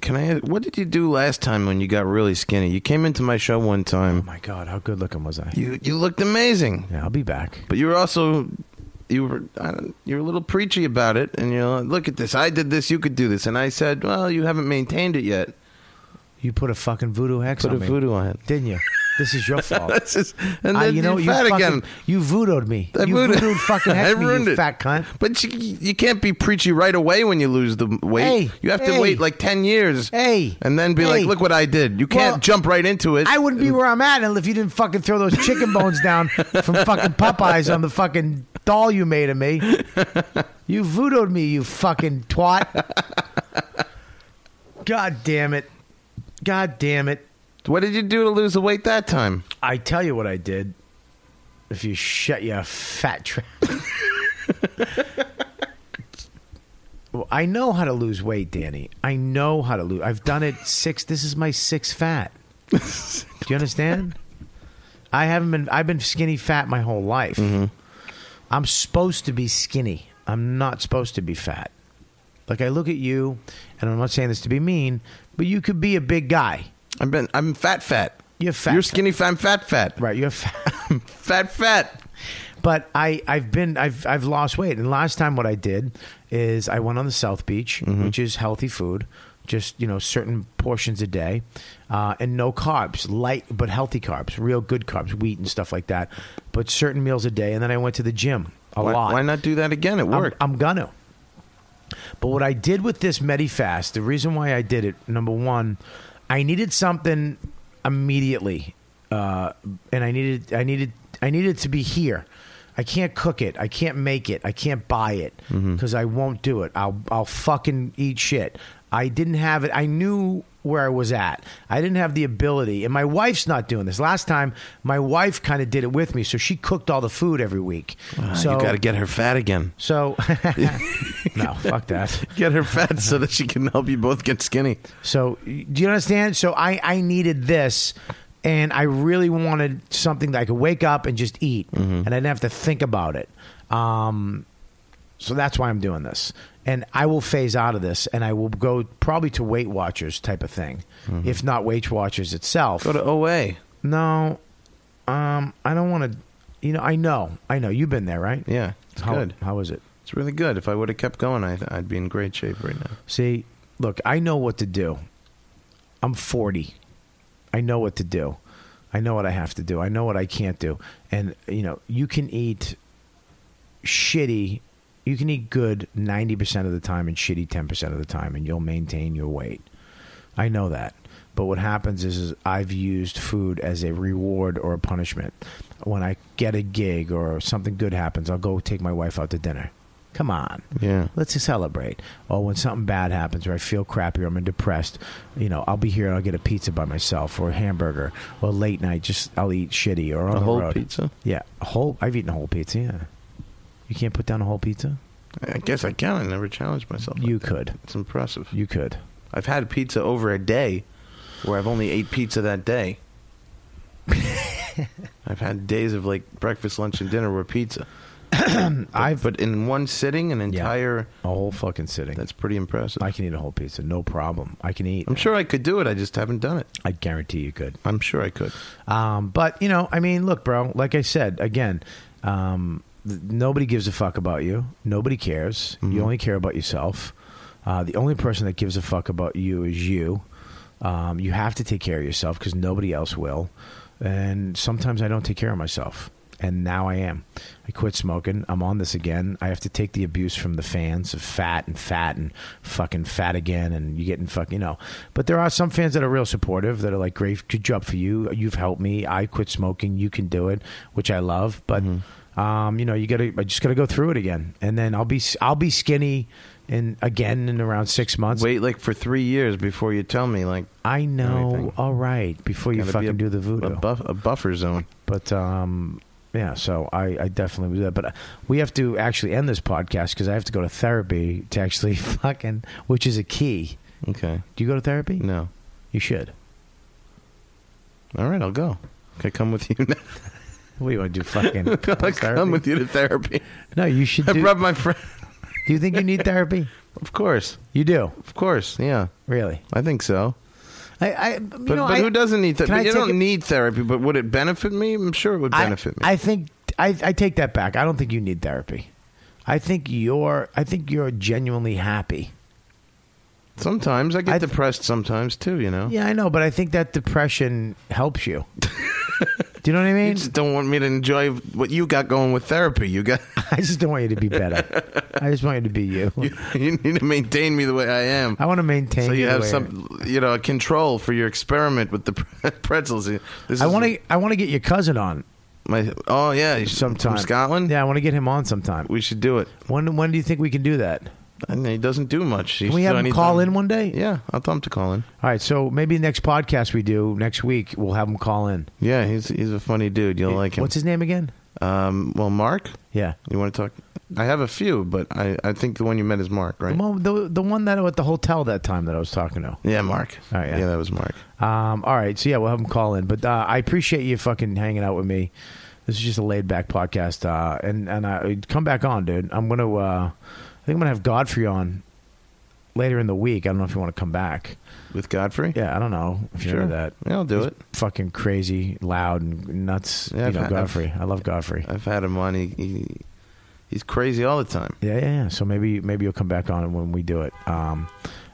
Speaker 4: Can I? ask- What did you do last time when you got really skinny? You came into my show one
Speaker 2: Oh
Speaker 4: time.
Speaker 2: my god, how good looking was I?
Speaker 4: You you looked amazing,
Speaker 2: Yeah, I'll be back.
Speaker 4: but you were also you were I don't, you were a little preachy about it, and you're like, look at this. I did this. You could do this, and I said, well, you haven't maintained it yet.
Speaker 2: You put a fucking voodoo hex
Speaker 4: Put
Speaker 2: on
Speaker 4: a
Speaker 2: me,
Speaker 4: voodoo [LAUGHS] on it.
Speaker 2: didn't you? This is your
Speaker 4: [LAUGHS]
Speaker 2: fault.
Speaker 4: That's just, and then
Speaker 2: I-
Speaker 4: you know,
Speaker 2: you
Speaker 4: you're fat
Speaker 2: fucking,
Speaker 4: again.
Speaker 2: You voodooed me.
Speaker 4: I
Speaker 2: you
Speaker 4: voodooed-
Speaker 2: voodooed
Speaker 4: [LAUGHS]
Speaker 2: fucking
Speaker 4: I
Speaker 2: hex me,
Speaker 4: ruined
Speaker 2: you
Speaker 4: it.
Speaker 2: fat cunt.
Speaker 4: But you, you can't be preachy right away when you lose the weight.
Speaker 2: Hey,
Speaker 4: you have to
Speaker 2: hey,
Speaker 4: wait like 10 years.
Speaker 2: hey,
Speaker 4: And then be
Speaker 2: hey.
Speaker 4: like, look what I did. You can't
Speaker 2: Well,
Speaker 4: jump right into it.
Speaker 2: I wouldn't be where I'm at if you didn't fucking throw those chicken
Speaker 4: [LAUGHS]
Speaker 2: bones down from fucking Popeyes on the fucking doll you made of
Speaker 4: [LAUGHS]
Speaker 2: me. You voodooed me, you fucking
Speaker 4: [LAUGHS]
Speaker 2: twat. God damn it. God damn it.
Speaker 4: What did you do to lose the weight that time?
Speaker 2: I tell you what I did. If you shut your fat trap. [LAUGHS] well, I know how to lose weight, Danny. I know how to lose. I've done it six. This is my sixth fat. Do you understand? I haven't been. I've been skinny fat my whole life. I'm supposed to be skinny. I'm not supposed to be fat. Like I look at you, and I'm not saying this to be mean, but you could be a big guy.
Speaker 4: I've been, I'm fat, fat.
Speaker 2: You're fat,
Speaker 4: You're
Speaker 2: fat.
Speaker 4: skinny, fat, fat, fat.
Speaker 2: Right? You're fat.
Speaker 4: [LAUGHS] Fat, fat.
Speaker 2: But I, I've been I've I've lost weight. And last time what I did is I went on the South Beach,
Speaker 4: Mm-hmm.
Speaker 2: which is healthy food, just you know certain portions a day, uh, and no carbs, light but healthy carbs, real good carbs, wheat and stuff like that. But certain meals a day. And then I went to the gym a
Speaker 4: Why,
Speaker 2: lot.
Speaker 4: why not do that again? It
Speaker 2: I'm-
Speaker 4: worked.
Speaker 2: I'm, gonna. But what I did with this MediFast, the reason why I did it, number one, I needed something immediately, uh, and I needed, I needed, I needed to be here. I can't cook it. I can't make it. I can't buy it
Speaker 4: Mm-hmm.
Speaker 2: because I won't do it. I'll, I'll fucking eat shit. I didn't have it. I knew where I was at. I didn't have the ability, and my wife's not doing this. Last time, my wife kind of did it with me, so she cooked all the food every week.
Speaker 4: Ah,
Speaker 2: so
Speaker 4: you got to get her
Speaker 2: [LAUGHS]
Speaker 4: fat again.
Speaker 2: so, no, fuck that.
Speaker 4: Get her fat so that she can help you both get skinny.
Speaker 2: So, do you understand? So, I, I needed this, and I really wanted something that I could wake up and just eat,
Speaker 4: Mm-hmm.
Speaker 2: and I didn't have to think about it. Um, so that's why I'm doing this, and I will phase out of this, and I will go probably to Weight Watchers type of thing, if not Weight Watchers itself.
Speaker 4: Mm-hmm. Go to OA.
Speaker 2: no, um, I don't want to. You know, I know, I know. You've been there, right?
Speaker 4: Yeah, it's
Speaker 2: How-
Speaker 4: good.
Speaker 2: How is it?
Speaker 4: It's really good. If I would have kept going, I, I'd be in great shape right now.
Speaker 2: See, look, I know what to do. I'm 40. I know what to do. I know what I have to do. I know what I can't do. And, you know, you can eat shitty, you can eat good 90% of the time and shitty 10% of the time, and you'll maintain your weight. I know that. But what happens is, is I've used food as a reward or a punishment. When I get a gig or something good happens, I'll go take my wife out to dinner. Come on.
Speaker 4: Yeah.
Speaker 2: Let's just celebrate. Or when something bad happens or I feel crappy or I'm depressed, you know, I'll be here and I'll get a pizza by myself or a hamburger or late night, just I'll eat shitty or on
Speaker 4: A
Speaker 2: the
Speaker 4: whole
Speaker 2: road.
Speaker 4: pizza?
Speaker 2: Yeah. A whole I've eaten a whole pizza, yeah. You can't put down a whole pizza?
Speaker 4: I guess I can. I never challenged myself.
Speaker 2: You could.
Speaker 4: It's impressive.
Speaker 2: You could.
Speaker 4: I've had pizza over a day where I've only ate pizza
Speaker 2: [LAUGHS]
Speaker 4: that day. I've had days of like breakfast, lunch, and dinner were pizza.
Speaker 2: I've
Speaker 4: But in one sitting, an entire
Speaker 2: a whole fucking sitting.
Speaker 4: that's pretty impressive.
Speaker 2: I can eat a whole pizza, no problem. I can eat.
Speaker 4: I'm sure I could do it. I just haven't done it.
Speaker 2: I guarantee you could.
Speaker 4: I'm sure I could.
Speaker 2: Um, but you know, I mean, look, bro. Like I said again, um, th- nobody gives a fuck about you. Nobody cares.
Speaker 4: Mm-hmm.
Speaker 2: You only care about yourself. Uh, the only person that gives a fuck about you is you. Um, you have to take care of yourself because nobody else will. And sometimes I don't take care of myself, and now I am. I quit smoking. I'm on this again. I have to take the abuse from the fans of fat and fat and fucking fat again, and you getting fuck, you know. But there are some fans that are real supportive that are like, "Great, good job for you. You've helped me. I quit smoking. You can do it," which I love. But
Speaker 4: Mm-hmm.
Speaker 2: Um, you know, you got to. I just got to go through it again, and then I'll be s- I'll be skinny, in again in around six months.
Speaker 4: Wait like for three years before you tell me. Like
Speaker 2: I know.
Speaker 4: Everything.
Speaker 2: All right, before you
Speaker 4: gotta be
Speaker 2: fucking
Speaker 4: a-
Speaker 2: do the voodoo,
Speaker 4: A, buff, a buffer zone.
Speaker 2: but um, yeah. So I, I definitely would do that. But uh, we have to actually end this podcast because I have to go to therapy to actually [LAUGHS] fucking, which is a key.
Speaker 4: Okay.
Speaker 2: Do you go to therapy?
Speaker 4: No.
Speaker 2: you should.
Speaker 4: All right, I'll go. Can I come with you? [LAUGHS] now?
Speaker 2: What do you want to do? Fucking
Speaker 4: [LAUGHS] I'll
Speaker 2: therapy?
Speaker 4: come with you to therapy.
Speaker 2: No, you should.
Speaker 4: I
Speaker 2: Do,
Speaker 4: brought my friend.
Speaker 2: do you think you need therapy?
Speaker 4: Of course,
Speaker 2: You do,
Speaker 4: of course, yeah.
Speaker 2: really.
Speaker 4: I think so.
Speaker 2: I, I but,
Speaker 4: But, but who doesn't need
Speaker 2: Can I
Speaker 4: therapy? You
Speaker 2: take
Speaker 4: don't
Speaker 2: it-
Speaker 4: need therapy, but would it benefit me? I'm sure it would
Speaker 2: I-
Speaker 4: benefit me.
Speaker 2: I think I, I take that back. I don't think you need therapy. I think you're I think you're genuinely happy.
Speaker 4: sometimes I get
Speaker 2: I-
Speaker 4: depressed. Sometimes too, you know.
Speaker 2: Yeah, I know, but I think that depression helps
Speaker 4: [LAUGHS]
Speaker 2: you. Do you know what I
Speaker 4: You
Speaker 2: mean?
Speaker 4: just don't want me to enjoy what you got going with therapy. You got [LAUGHS]
Speaker 2: I just don't want you to be better. I just want you to be you.
Speaker 4: you, you need to maintain me the way I am.
Speaker 2: I want to maintain.
Speaker 4: so you
Speaker 2: the
Speaker 4: have
Speaker 2: way-
Speaker 4: some, you know, control for your experiment with the [LAUGHS] pretzels. This
Speaker 2: I
Speaker 4: is
Speaker 2: want to. I want to get your cousin on
Speaker 4: My oh yeah, you-
Speaker 2: sometime.
Speaker 4: from Scotland.
Speaker 2: Yeah, I want to get him on sometime.
Speaker 4: we should do it.
Speaker 2: When when do you think we can do that?
Speaker 4: And he doesn't do much.
Speaker 2: Can we have him call in one day?
Speaker 4: Yeah, I'll tell him to call in.
Speaker 2: All right. So maybe the next podcast we do next week, we'll have him call in.
Speaker 4: Yeah, he's he's a funny dude. You'll like him.
Speaker 2: What's his name again?
Speaker 4: Um, well, Mark,
Speaker 2: Yeah.
Speaker 4: you want to talk? I have a few, but I, I think the one you met is Mark, right?
Speaker 2: The one, the, the one that at the hotel that time that I was talking to.
Speaker 4: yeah, Mark.
Speaker 2: All right, yeah.
Speaker 4: yeah, that was Mark.
Speaker 2: Um, all right, so yeah, we'll have him call in. But uh, I appreciate you fucking hanging out with me. This is just a laid back podcast, uh, and and I come back on, dude. I'm gonna, uh, I think I'm gonna have Godfrey on later in the week. I don't know if you want to come back.
Speaker 4: With Godfrey?
Speaker 2: Yeah, I don't know if you
Speaker 4: Sure.
Speaker 2: heard that.
Speaker 4: Yeah, I'll do
Speaker 2: He's
Speaker 4: it.
Speaker 2: Fucking crazy, loud, and nuts.
Speaker 4: Yeah,
Speaker 2: you
Speaker 4: I've
Speaker 2: know,
Speaker 4: had-
Speaker 2: Godfrey. I love Godfrey.
Speaker 4: I've had him on. He, he he's crazy all the time.
Speaker 2: Yeah, yeah, yeah. So maybe maybe you'll come back on when we do it. Um,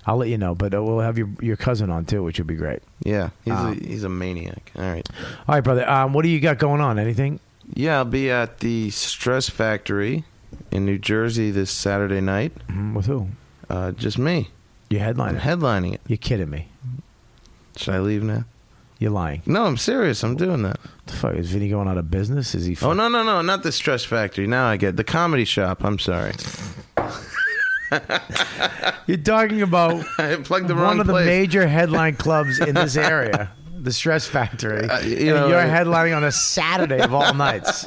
Speaker 2: I'll let you know, but uh, we'll have your your cousin on too, which would be great.
Speaker 4: Yeah, he's
Speaker 2: Ah.
Speaker 4: a, he's a maniac. All right.
Speaker 2: All right, brother. Um, what do you got going on? Anything?
Speaker 4: Yeah, I'll be at the Stress Factory in New Jersey this Saturday night.
Speaker 2: Mm, With who?
Speaker 4: Uh, just me.
Speaker 2: Your
Speaker 4: I'm
Speaker 2: headliner.
Speaker 4: headlining it.
Speaker 2: You're kidding me.
Speaker 4: Should I leave now?
Speaker 2: You're lying.
Speaker 4: No, I'm serious. I'm doing that.
Speaker 2: What the fuck is Vinny going out of business? Is he?
Speaker 4: Oh
Speaker 2: fuck-
Speaker 4: no no no! Not the Stress Factory. Now I get the Comedy Shop. I'm sorry. [LAUGHS]
Speaker 2: You're talking
Speaker 4: [LAUGHS]
Speaker 2: about
Speaker 4: I plugged the
Speaker 2: one
Speaker 4: wrong
Speaker 2: of the
Speaker 4: place.
Speaker 2: major
Speaker 4: [LAUGHS]
Speaker 2: headline clubs in this area, the Stress Factory.
Speaker 4: Uh, you
Speaker 2: you
Speaker 4: know-
Speaker 2: are headlining on a Saturday of all
Speaker 4: [LAUGHS]
Speaker 2: nights.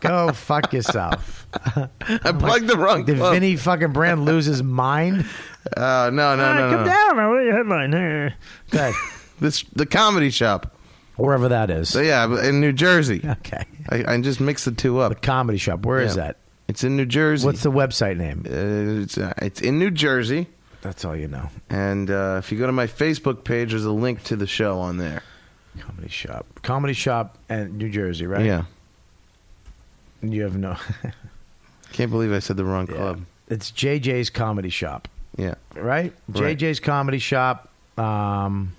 Speaker 2: Go fuck yourself.
Speaker 4: I plugged the wrong
Speaker 2: Did
Speaker 4: club.
Speaker 2: Vinny fucking Brand lose his mind?
Speaker 4: Oh no
Speaker 2: All
Speaker 4: [LAUGHS] no
Speaker 2: right,
Speaker 4: no
Speaker 2: come
Speaker 4: no!
Speaker 2: down, man. What are your headline here? Okay.
Speaker 4: This the Comedy Shop.
Speaker 2: Wherever that is.
Speaker 4: So yeah, in New Jersey.
Speaker 2: okay.
Speaker 4: I, I just mixed the two
Speaker 2: The
Speaker 4: up.
Speaker 2: comedy shop. Where is
Speaker 4: Yeah.
Speaker 2: that?
Speaker 4: It's in New Jersey.
Speaker 2: What's the website name?
Speaker 4: Uh, it's, uh, it's in New Jersey,
Speaker 2: That's all you know.
Speaker 4: and uh, if you go to my Facebook page, there's a link to the show on there.
Speaker 2: Comedy shop. Comedy shop and New Jersey, right?
Speaker 4: Yeah,
Speaker 2: You have no.
Speaker 4: can't believe I said the wrong
Speaker 2: Yeah.
Speaker 4: club.
Speaker 2: [LAUGHS] It's JJ's Comedy Shop,
Speaker 4: Yeah,
Speaker 2: right?
Speaker 4: Right.
Speaker 2: JJ's Comedy Shop. Um,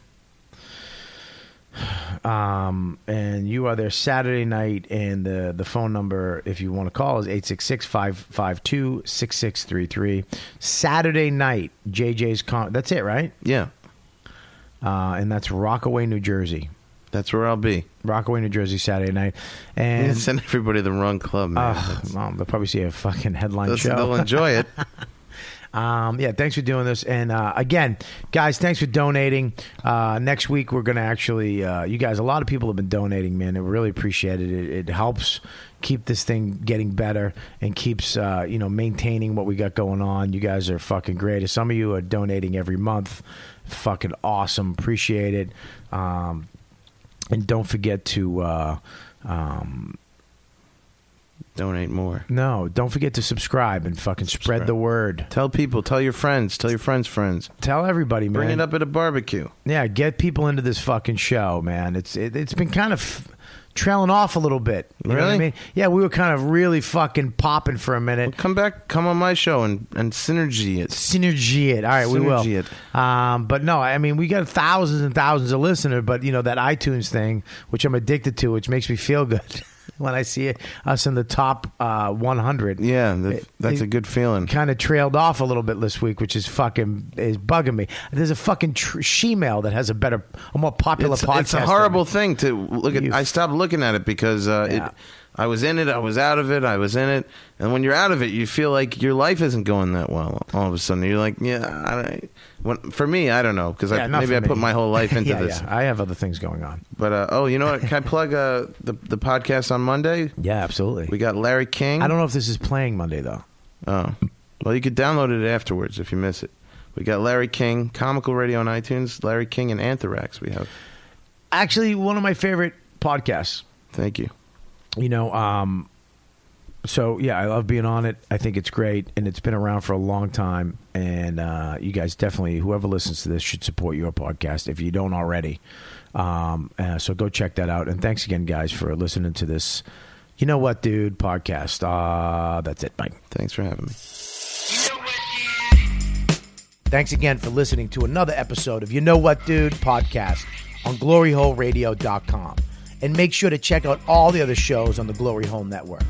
Speaker 2: um, and you are there Saturday night, and the, the phone number, if you want to call, is 866 552 6633. Saturday night, JJ's Com. That's it, right?
Speaker 4: yeah,
Speaker 2: Uh, and that's Rockaway, New Jersey.
Speaker 4: that's where I'll be.
Speaker 2: Rockaway, New Jersey, Saturday night.
Speaker 4: And
Speaker 2: And. Ah,
Speaker 4: send everybody the wrong club, man.
Speaker 2: Ugh, [SIGHS] Mom, they'll probably see a fucking headline
Speaker 4: [LAUGHS] They'll-
Speaker 2: show.
Speaker 4: they'll enjoy
Speaker 2: [LAUGHS]
Speaker 4: it.
Speaker 2: Um, yeah, thanks for doing this. And uh, again, guys, thanks for donating. Uh, next week, we're going to actually, uh, you guys, a lot of people have been donating, man. I really appreciate it. it. It helps keep this thing getting better and keeps, uh, you know, maintaining what we got going on. You guys are fucking great. Some of you are donating every month. Fucking awesome. Appreciate it. Um, and don't forget to, uh, um,
Speaker 4: Donate more.
Speaker 2: no, don't forget to subscribe and fucking spread
Speaker 4: Subscribe.
Speaker 2: the word.
Speaker 4: Tell people, tell your friends, tell your friends' friends.
Speaker 2: Tell everybody, man.
Speaker 4: Bring it up at a barbecue.
Speaker 2: Yeah, get people into this fucking show, man. It's it, it's been kind of trailing off a little bit. You know what I
Speaker 4: Really?
Speaker 2: mean? Yeah, we were kind of really fucking popping for a minute.
Speaker 4: Come back, come on my show and, and synergy it.
Speaker 2: Synergy it. All right, we will.
Speaker 4: Synergy
Speaker 2: Um, but no, I mean, we got thousands and thousands of listeners, but you know, that iTunes thing, which I'm addicted to, which makes me feel good [LAUGHS] when I see it, us in the top uh, 100.
Speaker 4: Yeah, th-
Speaker 2: It-
Speaker 4: that's a
Speaker 2: it-
Speaker 4: good feeling.
Speaker 2: kind of trailed off a little bit this week, which is fucking is bugging me. There's a fucking tr- shemale that has a better, a more popular
Speaker 4: It's,
Speaker 2: podcast.
Speaker 4: it's a
Speaker 2: than
Speaker 4: horrible thing to look at.
Speaker 2: You-
Speaker 4: I stopped looking at it because uh,
Speaker 2: Yeah.
Speaker 4: it, I was in it. I was out of it. I was in it. And when you're out of it, you feel like your life isn't going that well. All of a sudden, you're like, yeah. I, when, for me, I don't know because
Speaker 2: Yeah, not
Speaker 4: maybe
Speaker 2: for
Speaker 4: I
Speaker 2: me.
Speaker 4: put my
Speaker 2: [LAUGHS]
Speaker 4: whole life into
Speaker 2: Yeah,
Speaker 4: this.
Speaker 2: yeah. I have other things going on.
Speaker 4: But uh, oh, you know what? Can I plug uh, the the podcast on Monday?
Speaker 2: Yeah, absolutely.
Speaker 4: We got Larry King.
Speaker 2: I don't know if this is playing Monday though.
Speaker 4: Oh. Well, you could download it afterwards if you miss it. We got Larry King, Comical Radio on iTunes, Larry King and Anthrax we have.
Speaker 2: Actually, one of my favorite podcasts.
Speaker 4: Thank you.
Speaker 2: You know, um, so yeah, I love being on it. I think it's great, and it's been around for a long time. And uh, you guys definitely, whoever listens to this, should support your podcast if you don't already. Um, uh, so go check that out. And thanks again, guys, for listening to this. You know what, dude? Podcast. Uh, that's it. Bye.
Speaker 4: Thanks for having me.
Speaker 3: You know what, dude?
Speaker 2: Thanks again for listening to another episode of You Know What Dude podcast on gloryholeradio.com. And make sure to check out all the other shows on the Glory Hole Network.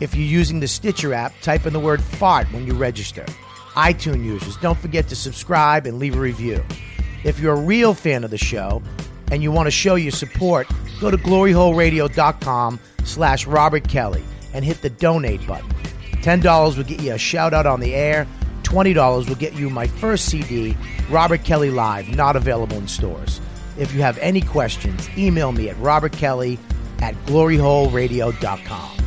Speaker 2: If you're using the Stitcher app, type in the word fart when you register. iTunes users, don't forget to subscribe and leave a review. If you're a real fan of the show and you want to show your support, go to gloryholeradio.com slash Robert Kelly and hit the donate button. $10 will get you a shout out on the air. $20 will get you my first CD, Robert Kelly Live, not available in stores. If you have any questions, email me at robertkelly at gloryholeradio.com.